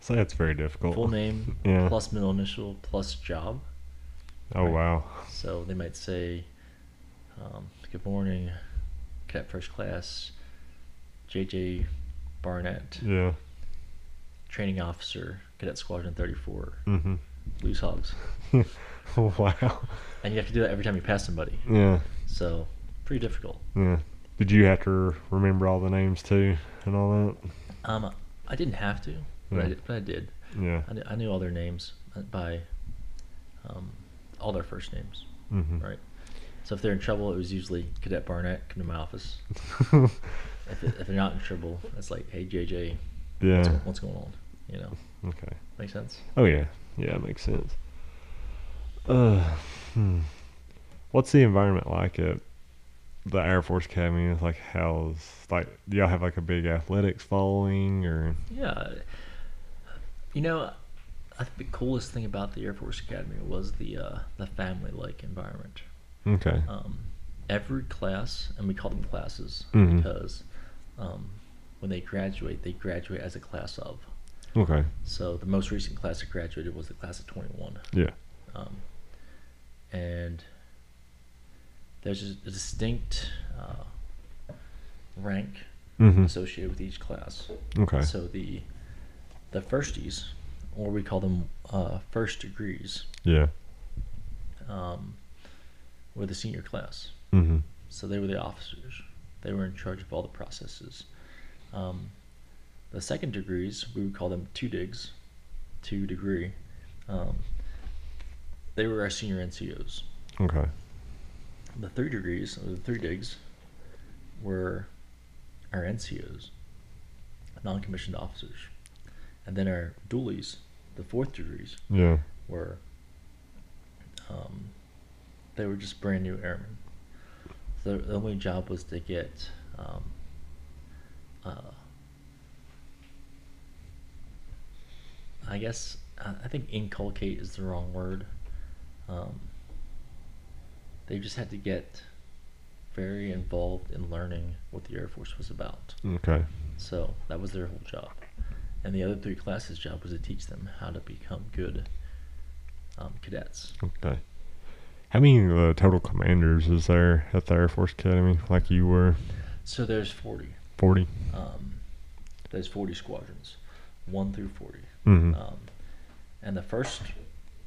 So that's very difficult. full name Oh. Yeah. plus middle initial plus job. oh, wow. So they might say, um, "Good morning, Cadet First Class, JJ Barnett, Yeah. Training Officer, Cadet Squadron 34, Mm-hmm. Loose Hogs," wow. and you have to do that every time you pass somebody. Yeah. So pretty difficult. Yeah. Did you have to remember all the names too and all that? Um, I didn't have to, but, I, Yeah. did, but I did. Yeah. I, knew, I knew all their names uh, by um, all their first names. Mm-hmm. Right. So if they're in trouble, it was usually Cadet Barnett come to my office. If, it, if they're not in trouble, it's like, hey JJ, what's, yeah. go- what's going on? You know, Okay. make sense? Oh yeah. Yeah, it makes sense. Uh, hmm. What's the environment like at the Air Force Academy? It's like how's like do y'all have like a big athletics following or Yeah. You know, I think the coolest thing about the Air Force Academy was the uh, the family like environment. okay? um, every class, and we call them classes Mhm. because um, when they graduate, they graduate as a class of. Okay. So the most recent class that graduated was the class of 21. Yeah. Um, and there's a distinct uh, rank Mm-hmm. associated with each class. Okay. So the the firsties, or we call them uh, first degrees, Yeah. um, were the senior class. Mm-hmm. So they were the officers. They were in charge of all the processes. Um, the second degrees, we would call them two digs, two degree. Um, they were our senior NCOs. Okay. The three degrees, or the three digs, were our NCOs, non commissioned officers. And then our dualies, the fourth degrees, Yeah. were um, they were just brand new airmen. So their- their only job was to get um, uh, I guess I I think inculcate is the wrong word. Um, they just had to get very involved in learning what the Air Force was about. Okay. So that was their whole job. And the other three classes' job was to teach them how to become good um, cadets. Okay. How many uh, total commanders is there at the Air Force Academy? Like you were So there's 40. forty. Um, there's 40 squadrons, 1 through 40. Mm-hmm. Um, and the first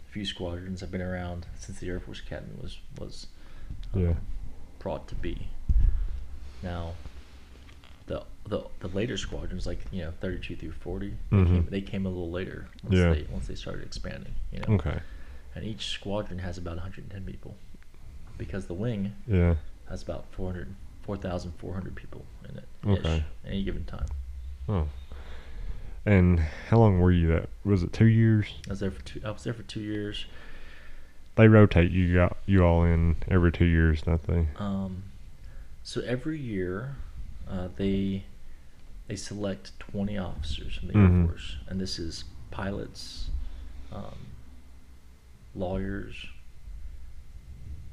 few squadrons have been around since the Air Force Academy was, was um, Yeah. brought to be. Now, the, the, the later squadrons, like, you know, 32 through 40, Mhm. they, came, they came a little later once, Yeah. they, once they started expanding, you know. Okay. and each squadron has about 110 people because the wing Yeah. has about 400 4,400 people in it Okay. at any given time. Oh. And how long were you that? Was it two years? I was there for two I was there for 2 years. They rotate you out, you all in every two years, don't they? Um, so every year uh, they they select 20 officers from the Air Mhm. Force and this is pilots um, lawyers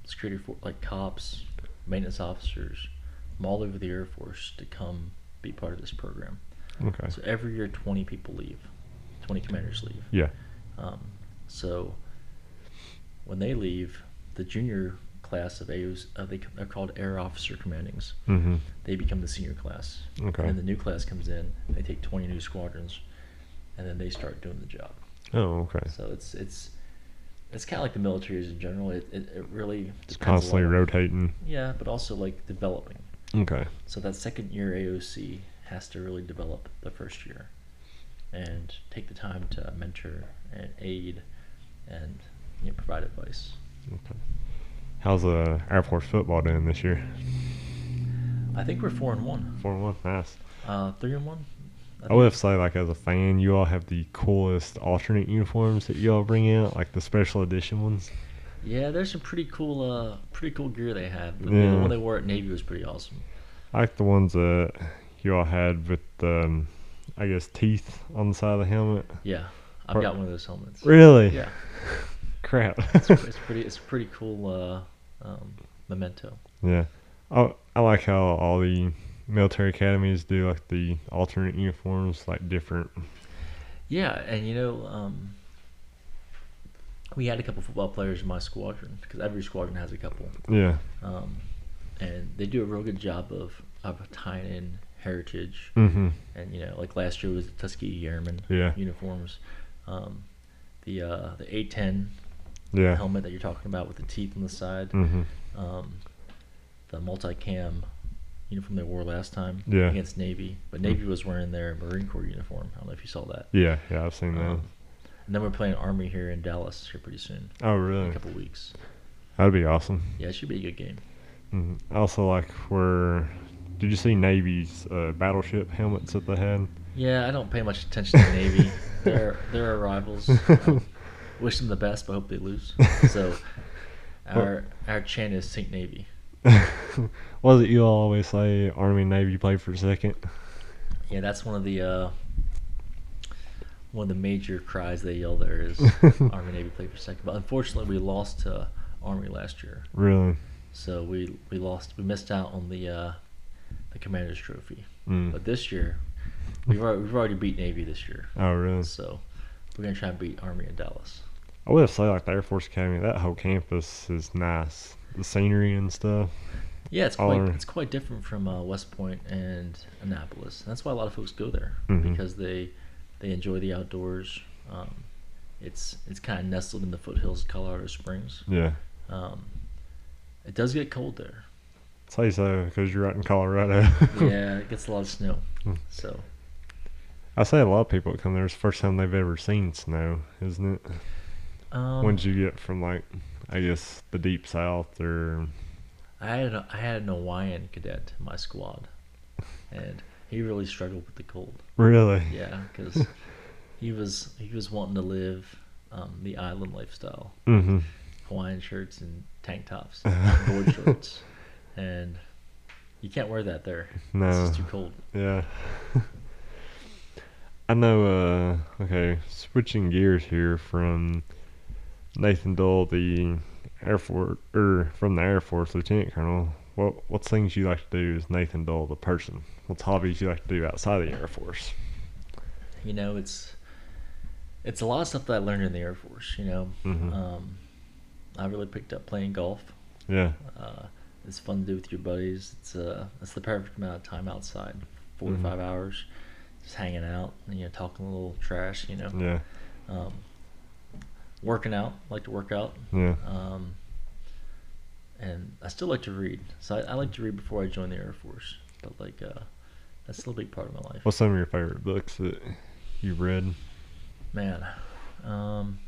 security for like cops maintenance officers from all over the Air Force to come be part of this program. Okay. So every year, 20 people leave, 20 commanders leave. Yeah. Um, so when they leave, the junior class of AOs, uh, they, are called Air Officer Commandings. Mm-hmm. They become the senior class. And Okay. then the new class comes in, they take 20 new squadrons, and then they start doing the job. Oh, okay. So it's, it's, it's kind of like the military is in general. It, it, it really It's depends a constantly lot on- rotating. Yeah, but also like developing. Okay. So that second year AOC has to really develop the first year and take the time to mentor and aid and you know, provide advice. Okay. How's the Air Force football doing this year? I think we're four and one. Four and one, nice. Uh, three and one. I would have to say, like, as a fan, you all have the coolest alternate uniforms that you all bring out, like the special edition ones. Yeah, there's some pretty cool, uh, pretty cool gear they have. The, the Yeah. one they wore at Navy was pretty awesome. I like the ones that you all had with the, um, I guess, teeth on the side of the helmet. Yeah, I've Right. got one of those helmets. Really? Yeah, Crap. it's pretty, it's a pretty cool uh, um, memento. yeah. I, I like how all the military academies do, like, the alternate uniforms, like, different. Yeah, and you know, um, we had a couple football players in my squadron because every squadron has a couple, Yeah. um, and they do a real good job of of tying in heritage. Mm-hmm. And you know, like last year was the Tuskegee Airmen Yeah. uniforms, um, the uh, the A10 Yeah. helmet that you're talking about with um, the teeth on the side, Mm-hmm. um, the multicam uniform they wore last time Yeah. against Navy, but Navy was wearing their Marine Corps uniform. I don't know if you saw that. Yeah, yeah, I've seen that. Um, and then we're playing Army here in Dallas here pretty soon, Oh, in a really? couple weeks. That'd be awesome. Yeah, it should be a good game. Mm. Also, like, where did you see Navy's uh, battleship helmets that they had? Yeah, I don't pay much attention to Navy. they're they're our rivals. I wish them the best, but hope they lose. So our our chant is Saint Navy. Was it you always say Army and Navy play for second? Yeah, that's one of the uh, one of the major cries they yell there is Army Navy play for second. But unfortunately, we lost to Army last year, Really? so we we lost we missed out on the uh, the Commander's Trophy. Mm. But this year, we've already, we've already beat Navy this year, Oh, really? so we're gonna try and beat Army in Dallas. I will say, like, the Air Force Academy, that whole campus is nice. The scenery and stuff. Yeah, it's All quite around. it's quite different from uh, West Point and Annapolis. That's why a lot of folks go there Mhm. because they they enjoy the outdoors. Um, it's it's kind of nestled in the foothills of Colorado Springs. Yeah. Um, it does get cold there. Say so, because you're out in Colorado. Yeah, it gets a lot of snow. Mm. So I say a lot of people that come there. It's the first time they've ever seen snow, isn't it? um, Once you get from like, I guess the deep south or I had a, I had an Hawaiian cadet in my squad, and he really struggled with the cold. really, Yeah, because he was he was wanting to live um, the island lifestyle. mm-hmm. Hawaiian shirts and tank tops, and board shorts, and you can't wear that there. no, It's just too cold. yeah. I know. Uh, okay, switching gears here from Nathan Dull, the Air Force, or from the Air Force Lieutenant Colonel. What what things you like to do as Nathan Dull, the person? What's hobbies you like to do outside the Air Force? You know, it's it's a lot of stuff that I learned in the Air Force. You know, Mhm. um, I really picked up playing golf. Yeah, Uh, it's fun to do with your buddies. It's uh, it's the perfect amount of time outside, 4 Mhm. to five hours, just hanging out, you know, talking a little trash. You know, yeah, um, working out. Like to work out. yeah. Um, and I still like to read. So I, I like to read before I joined the Air Force. But like, uh, that's still a big part of my life. What's some of your favorite books that you've read? Man, um,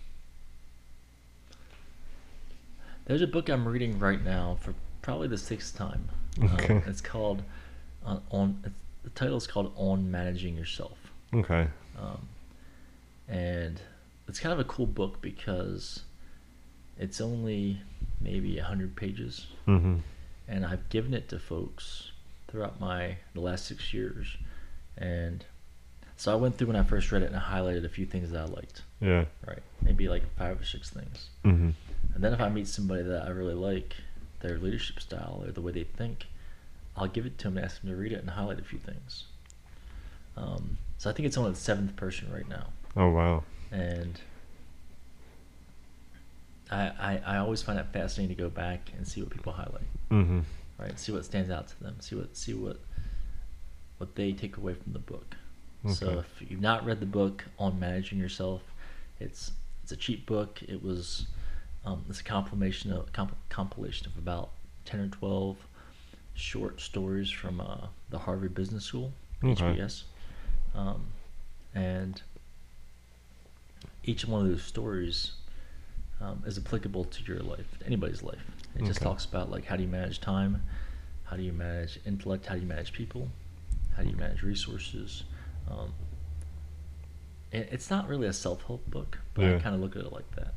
there's a book I'm reading right now for probably the sixth time. Um, Okay. it's called uh, on. It's, the title's called On Managing Yourself. Okay. Um, and it's kind of a cool book because it's only maybe 100 pages. Mm-hmm. and I've given it to folks throughout my the last six years, and so I went through when I first read it and I highlighted a few things that I liked, Yeah. right? Maybe like five or six things, Mm-hmm. and then if I meet somebody that I really like, their leadership style or the way they think, I'll give it to them and ask them to read it and highlight a few things. Um, so I think it's on its seventh person right now, Oh wow. and. I, I, I always find it fascinating to go back and see what people highlight Mm-hmm. right? See what stands out to them. See what see what what they take away from the book. So Okay. if you've not read the book on managing yourself, it's it's a cheap book. It was um, it's a compilation of comp- compilation of about ten or twelve short stories from uh, the Harvard Business School, Okay. HBS, um, and each one of those stories um, is applicable to your life, to anybody's life. It just Okay. talks about like how do you manage time, how do you manage intellect, how do you manage people, how do you manage resources. Um, it, it's not really a self-help book, but I Yeah. kind of look at it like that.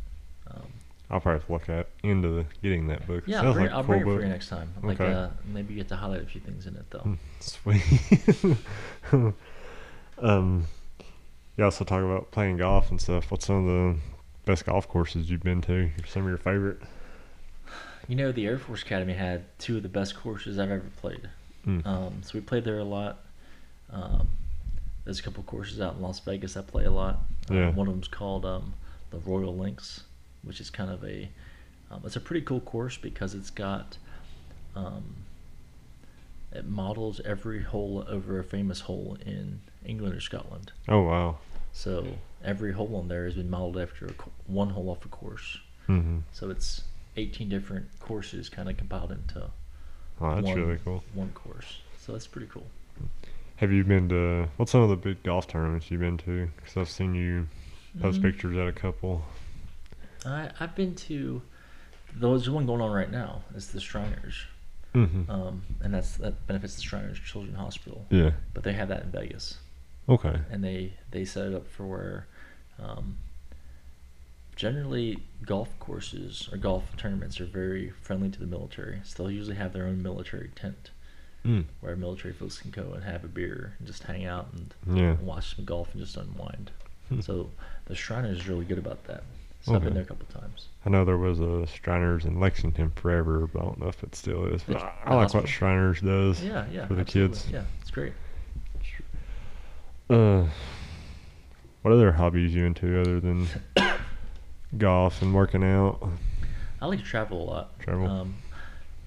Um, I'll probably have to look at into the, getting that book. yeah, I'll Sounds bring, like a I'll cool bring it book. for you next time. Like Okay. uh, maybe you get to highlight a few things in it though. Sweet. um, you also talk about playing golf and stuff. What's some of the best golf courses you've been to? Some of your favorite? You know, the Air Force Academy had two of the best courses I've ever played. Mm. Um, so we played there a lot. Um, there's a couple courses out in Las Vegas I play a lot. Um, Yeah. One of them's called um, the Royal Links, which is kind of a um, it's a pretty cool course because it's got um, it models every hole over a famous hole in England or Scotland. Oh wow. So every hole on there has been modeled after a, co- one hole off a course. Mm-hmm. So it's 18 different courses kind of compiled into Oh, that's one, really cool. one course. So that's pretty cool. Have you been to what's some of the big golf tournaments you've been to? Because I've seen you post Mhm. pictures at a couple. I, I've been to. There's one going on right now. It's the Shriners, hmm um, and that's that benefits the Shriners Children's Hospital. Yeah. But they have that in Vegas, Okay. and they they set it up for where, um, generally golf courses or golf tournaments are very friendly to the military. So they'll usually have their own military tent Mm. where military folks can go and have a beer and just hang out and Yeah. and watch some golf and just unwind. Hmm. So the Shriners is really good about that. So I've Okay. been there a couple times. I know there was a Shriners in Lexington forever, but I don't know if it still is. But I, The- I the like hospital? what Shriners does. Yeah, yeah. For the absolutely. kids. Yeah, it's great. Uh, what other hobbies you into other than golf and working out? I like to travel a lot. Travel.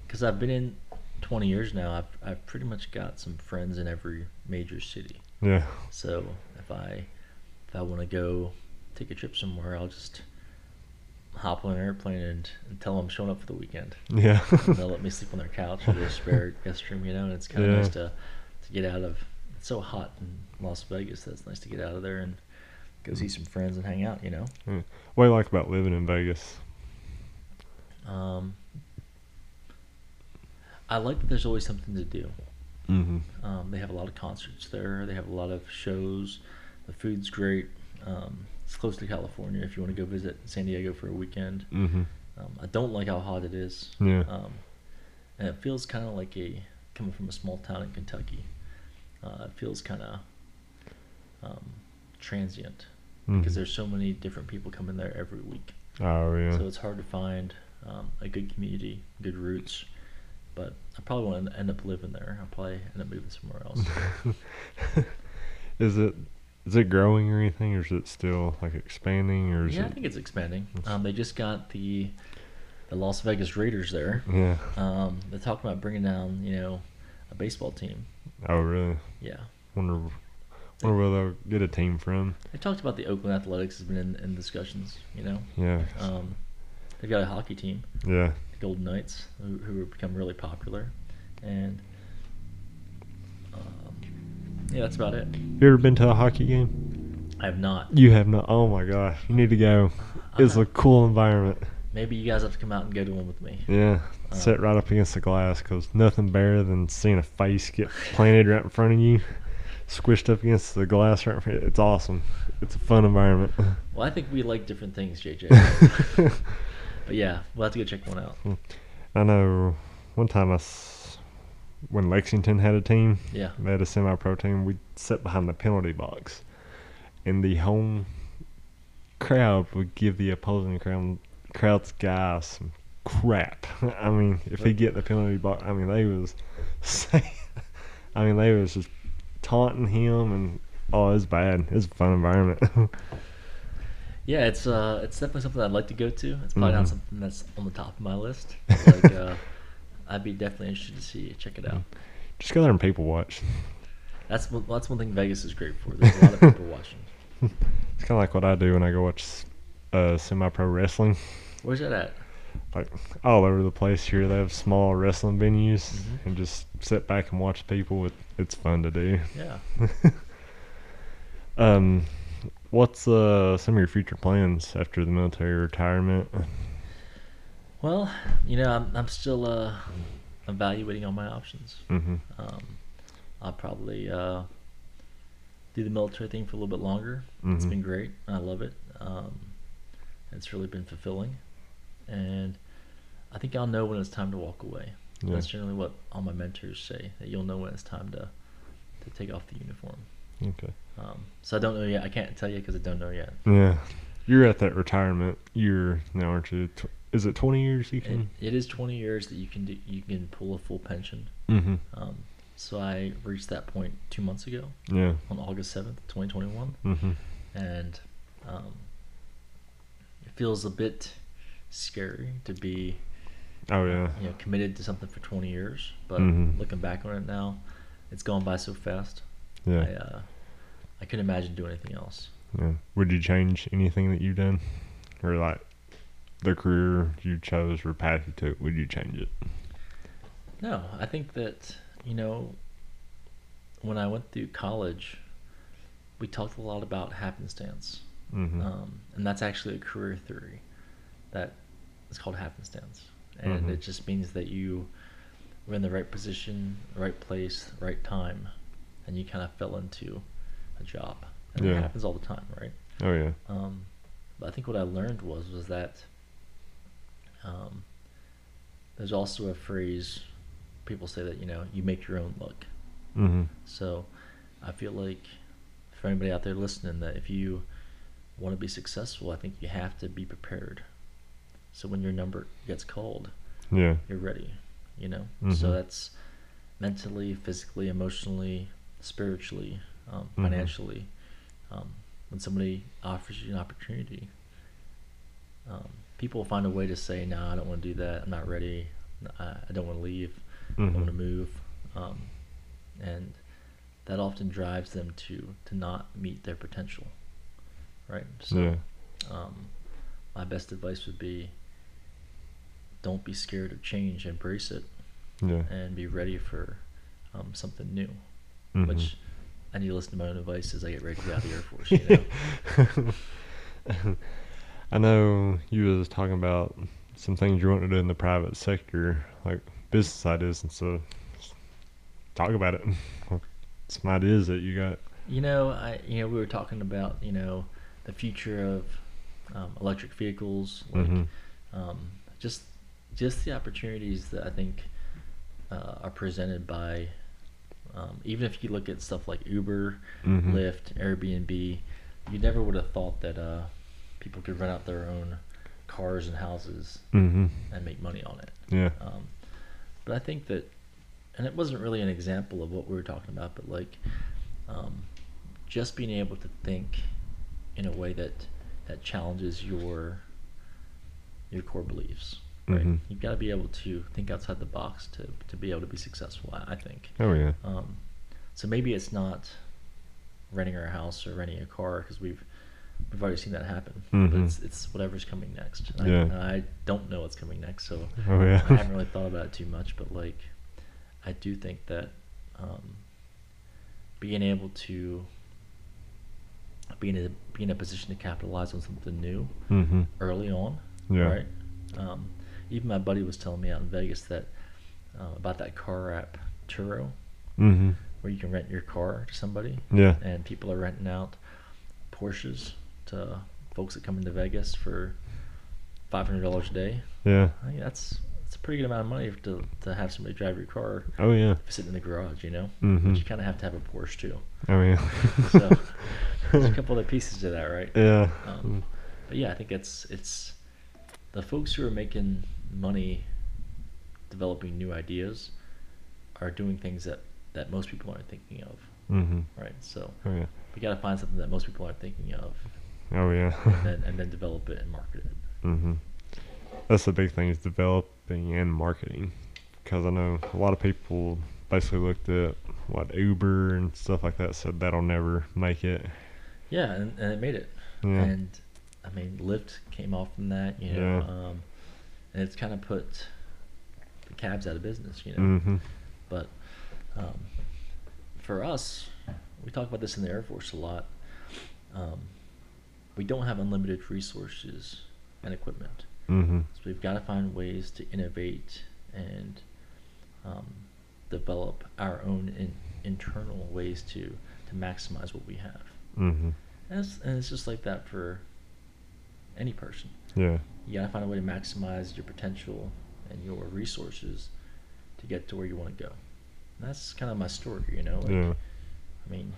Because I've been in 20 years now, I've, I've pretty much got some friends in every major city. Yeah. So if I if I want to go take a trip somewhere, I'll just hop on an airplane and, and tell them I'm showing up for the weekend. Yeah. And they'll let me sleep on their couch or their spare guest room, you know. And it's kind of Yeah. nice to to get out of. It's so hot in Las Vegas that it's nice to get out of there and go see some friends and hang out, you know. what do you like about living in Vegas? Um, I like that there's always something to do. Mm-hmm. Um, they have a lot of concerts there. They have a lot of shows. The food's great. Um, it's close to California if you want to go visit San Diego for a weekend. Mm-hmm. Um, I don't like how hot it is. Yeah. Um, and it feels kind of like a coming from a small town in Kentucky. Uh, it feels kind of um, transient because Mhm. there's so many different people coming there every week. Oh yeah. So it's hard to find um, a good community, good roots. But I probably won't end up living there. I'll probably end up moving somewhere else. is it is it growing or anything, or is it still like expanding, or is yeah, I it? think it's expanding. Um, they just got the the Las Vegas Raiders there. Yeah. Um, they're talking about bringing down, you know, a baseball team. Oh really? Yeah, Wonder wonder where they'll get a team from. they talked about the Oakland Athletics has been in, in discussions. You know, Yeah. um, they've got a hockey team, yeah. the Golden Knights, who, who have become really popular, and um, yeah, that's about it. You ever been to a hockey game? I have not. You have not. Oh my gosh, you need to go. It's a Okay. cool environment. Maybe you guys have to come out and go to one with me. Yeah, Uh, sit right up against the glass because nothing better than seeing a face get planted right in front of you, squished up against the glass right in front. It's awesome. It's a fun environment. Well, I think we like different things, JJ. I but yeah, we'll have to go check one out. know. One time I, s- when Lexington had a team, Yeah. they had a semi-pro team. We sat behind the penalty box, and the home crowd would give the opposing crowd crowd's guy some crap. I mean, if he get the penalty box, I mean they was, saying- I mean they was just taunting him and oh, it was bad. It's a fun environment. Yeah, it's uh, it's definitely something I'd like to go to. It's probably Mhm. not something that's on the top of my list. but, Like, uh, I'd be definitely interested to see you check it out. just go there and people watch. That's one- that's one thing Vegas is great for. There's a lot of people watching. It's kind of like what I do when I go watch s- uh, semi-pro wrestling. Where's that at? like all over the place here. They have small wrestling venues Mhm. and just sit back and watch people. It, it's fun to do. Yeah. Um, what's uh some of your future plans after the military retirement? Well, you know, I'm I'm still uh, evaluating all my options. hmm Um, I'll probably uh, do the military thing for a little bit longer. It's Mhm. been great. I love it. Um, it's really been fulfilling, and I think I'll know when it's time to walk away. Yeah. That's generally what all my mentors say. That you'll know when it's time to to take off the uniform. Okay. Um, so I don't know yet. I can't tell you because I don't know yet. Yeah, you're at that retirement year now, aren't you? Tw- is it 20 years you It, can? it is 20 years that you can do, you can pull a full pension. Mm-hmm. Um, so I reached that point two months ago Yeah. on August 7th, 2021. Mm-hmm. and um, it feels a bit scary to be Oh yeah. you know committed to something for 20 years but Mhm. looking back on it now it's gone by so fast Yeah. I, uh, I couldn't imagine doing anything else Yeah. Would you change anything that you've done, or like the career you chose or path you took? Would you change it? no i think that you know when I went through college, we talked a lot about happenstance, Mm-hmm. um, and that's actually a career theory that is called happenstance, and Mhm. it just means that you were in the right position, right place, right time, and you kind of fell into a job. And Yeah. It happens all the time, right? oh yeah. Um, but I think what I learned was was that um, there's also a phrase people say that you know you make your own luck. Mm-hmm. So I feel like for anybody out there listening that if you want to be successful, I think you have to be prepared. So when your number gets called, Yeah. you're ready, you know. Mhm. So that's mentally, physically, emotionally, spiritually, um, Mhm. financially. Um, when somebody offers you an opportunity, um, people will find a way to say, "No, I don't want to do that. I'm not ready. I, I don't want to leave. I want to Mm-hmm. move," um, and that often drives them to to not meet their potential, right? So yeah. um, my best advice would be don't be scared of change embrace it Yeah. and be ready for um, something new Mm-hmm. which i need to listen to my own advice as i get ready to get out of the air force you know? Mm-hmm. I know you was talking about some things you want to do in the private sector, like business ideas and stuff. Talk about it. some ideas that you got. you know i you know we were talking about you know the future of um, electric vehicles like Mm-hmm. um, just just the opportunities that I think uh, are presented by um, even if you look at stuff like Uber, Mhm. Lyft, Airbnb, you never would have thought that uh, people could rent out their own cars and houses Mm-hmm. and make money on it. Yeah. Um, but I think that, and it wasn't really an example of what we were talking about, but like um, just being able to think in a way that that challenges your your core beliefs. Right? Mhm. You've got to be able to think outside the box to to be able to be successful. I, I think. Oh yeah. Um, so maybe it's not renting our house or renting a car because we've we've already seen that happen. But Mhm. it's it's whatever's coming next. And Yeah. I, and I don't know what's coming next, so Oh yeah. I haven't really thought about it too much. But like, I do think that um, being able to be in a be in a position to capitalize on something new mm-hmm. early on, Yeah. right? Um, even my buddy was telling me out in Vegas that uh, about that car app Turo Mm-hmm. where you can rent your car to somebody, Yeah. and people are renting out Porsches to folks that come into Vegas for five hundred dollars a day. Yeah. I think that's that's a pretty good amount of money to to have somebody drive your car Oh yeah. sitting in the garage, you know. Mm-hmm. But you kind of have to have a Porsche too. Oh yeah. So there's a couple of pieces to that, right? yeah. Um, but yeah, I think it's it's the folks who are making money developing new ideas are doing things that that most people aren't thinking of, mm-hmm. right? So Oh yeah. we got to find something that most people aren't thinking of, Oh yeah. and then, and then develop it and market it. Mm-hmm. That's the big thing is developing and marketing, because I know a lot of people basically looked at what Uber and stuff like that said that'll never make it. Yeah, and, and it made it. Yeah. And I mean, Lyft came off from that, you know, Yeah. um, and it's kind of put the cabs out of business, you know. mm-hmm. But um, for us, we talk about this in the Air Force a lot. Um, we don't have unlimited resources and equipment. Mm-hmm. So we've got to find ways to innovate and um, develop our own in, internal ways to, to maximize what we have. Mm-hmm. And it's, and it's just like that for any person. Yeah. You got to find a way to maximize your potential and your resources to get to where you want to go. And that's kind of my story, you know? Like, yeah. I mean,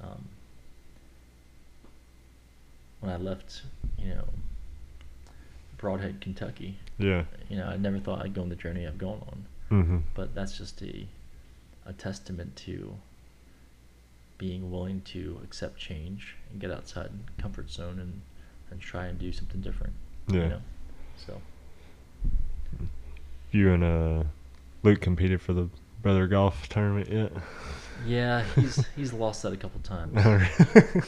um, when I left, you know, Broadhead, Kentucky, Yeah. you know, I never thought I'd go on the journey I've gone on. Mm-hmm. But that's just a, a testament to being willing to accept change and get outside the comfort zone and, and try and do something different. Yeah. You know? So, You and uh, Luke competed for the brother golf tournament yet? yeah, he's, he's lost that a couple times. Oh,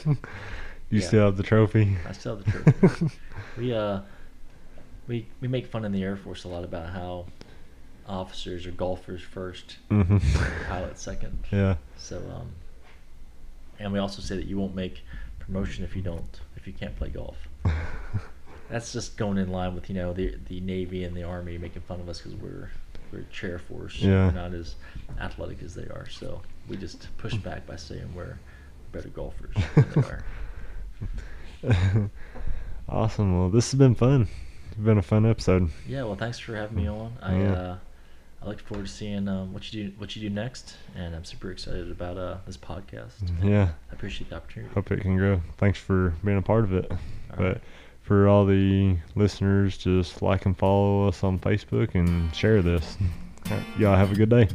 you Yeah. still have the trophy? I still have the uh, trophy. we uh, we we make fun in the Air Force a lot about how officers are golfers first, hmm pilot second. yeah. So, um, and we also say that you won't make promotion if you don't, if you can't play golf. That's just going in line with you know the the Navy and the Army making fun of us because we're we're chair force. Yeah. We're not as athletic as they are, so we just push back by saying we're better golfers than they are. awesome. Well, this has been fun. It's been a fun episode. Yeah, well, thanks for having me on. I Mm. Yeah. uh, I look forward to seeing um, what you do what you do next, and I'm super excited about uh, this podcast. Yeah. I appreciate the opportunity. Hope it can grow. Thanks for being a part of it. All but right. for all the listeners, just like and follow us on Facebook and share this. Y'all have a good day.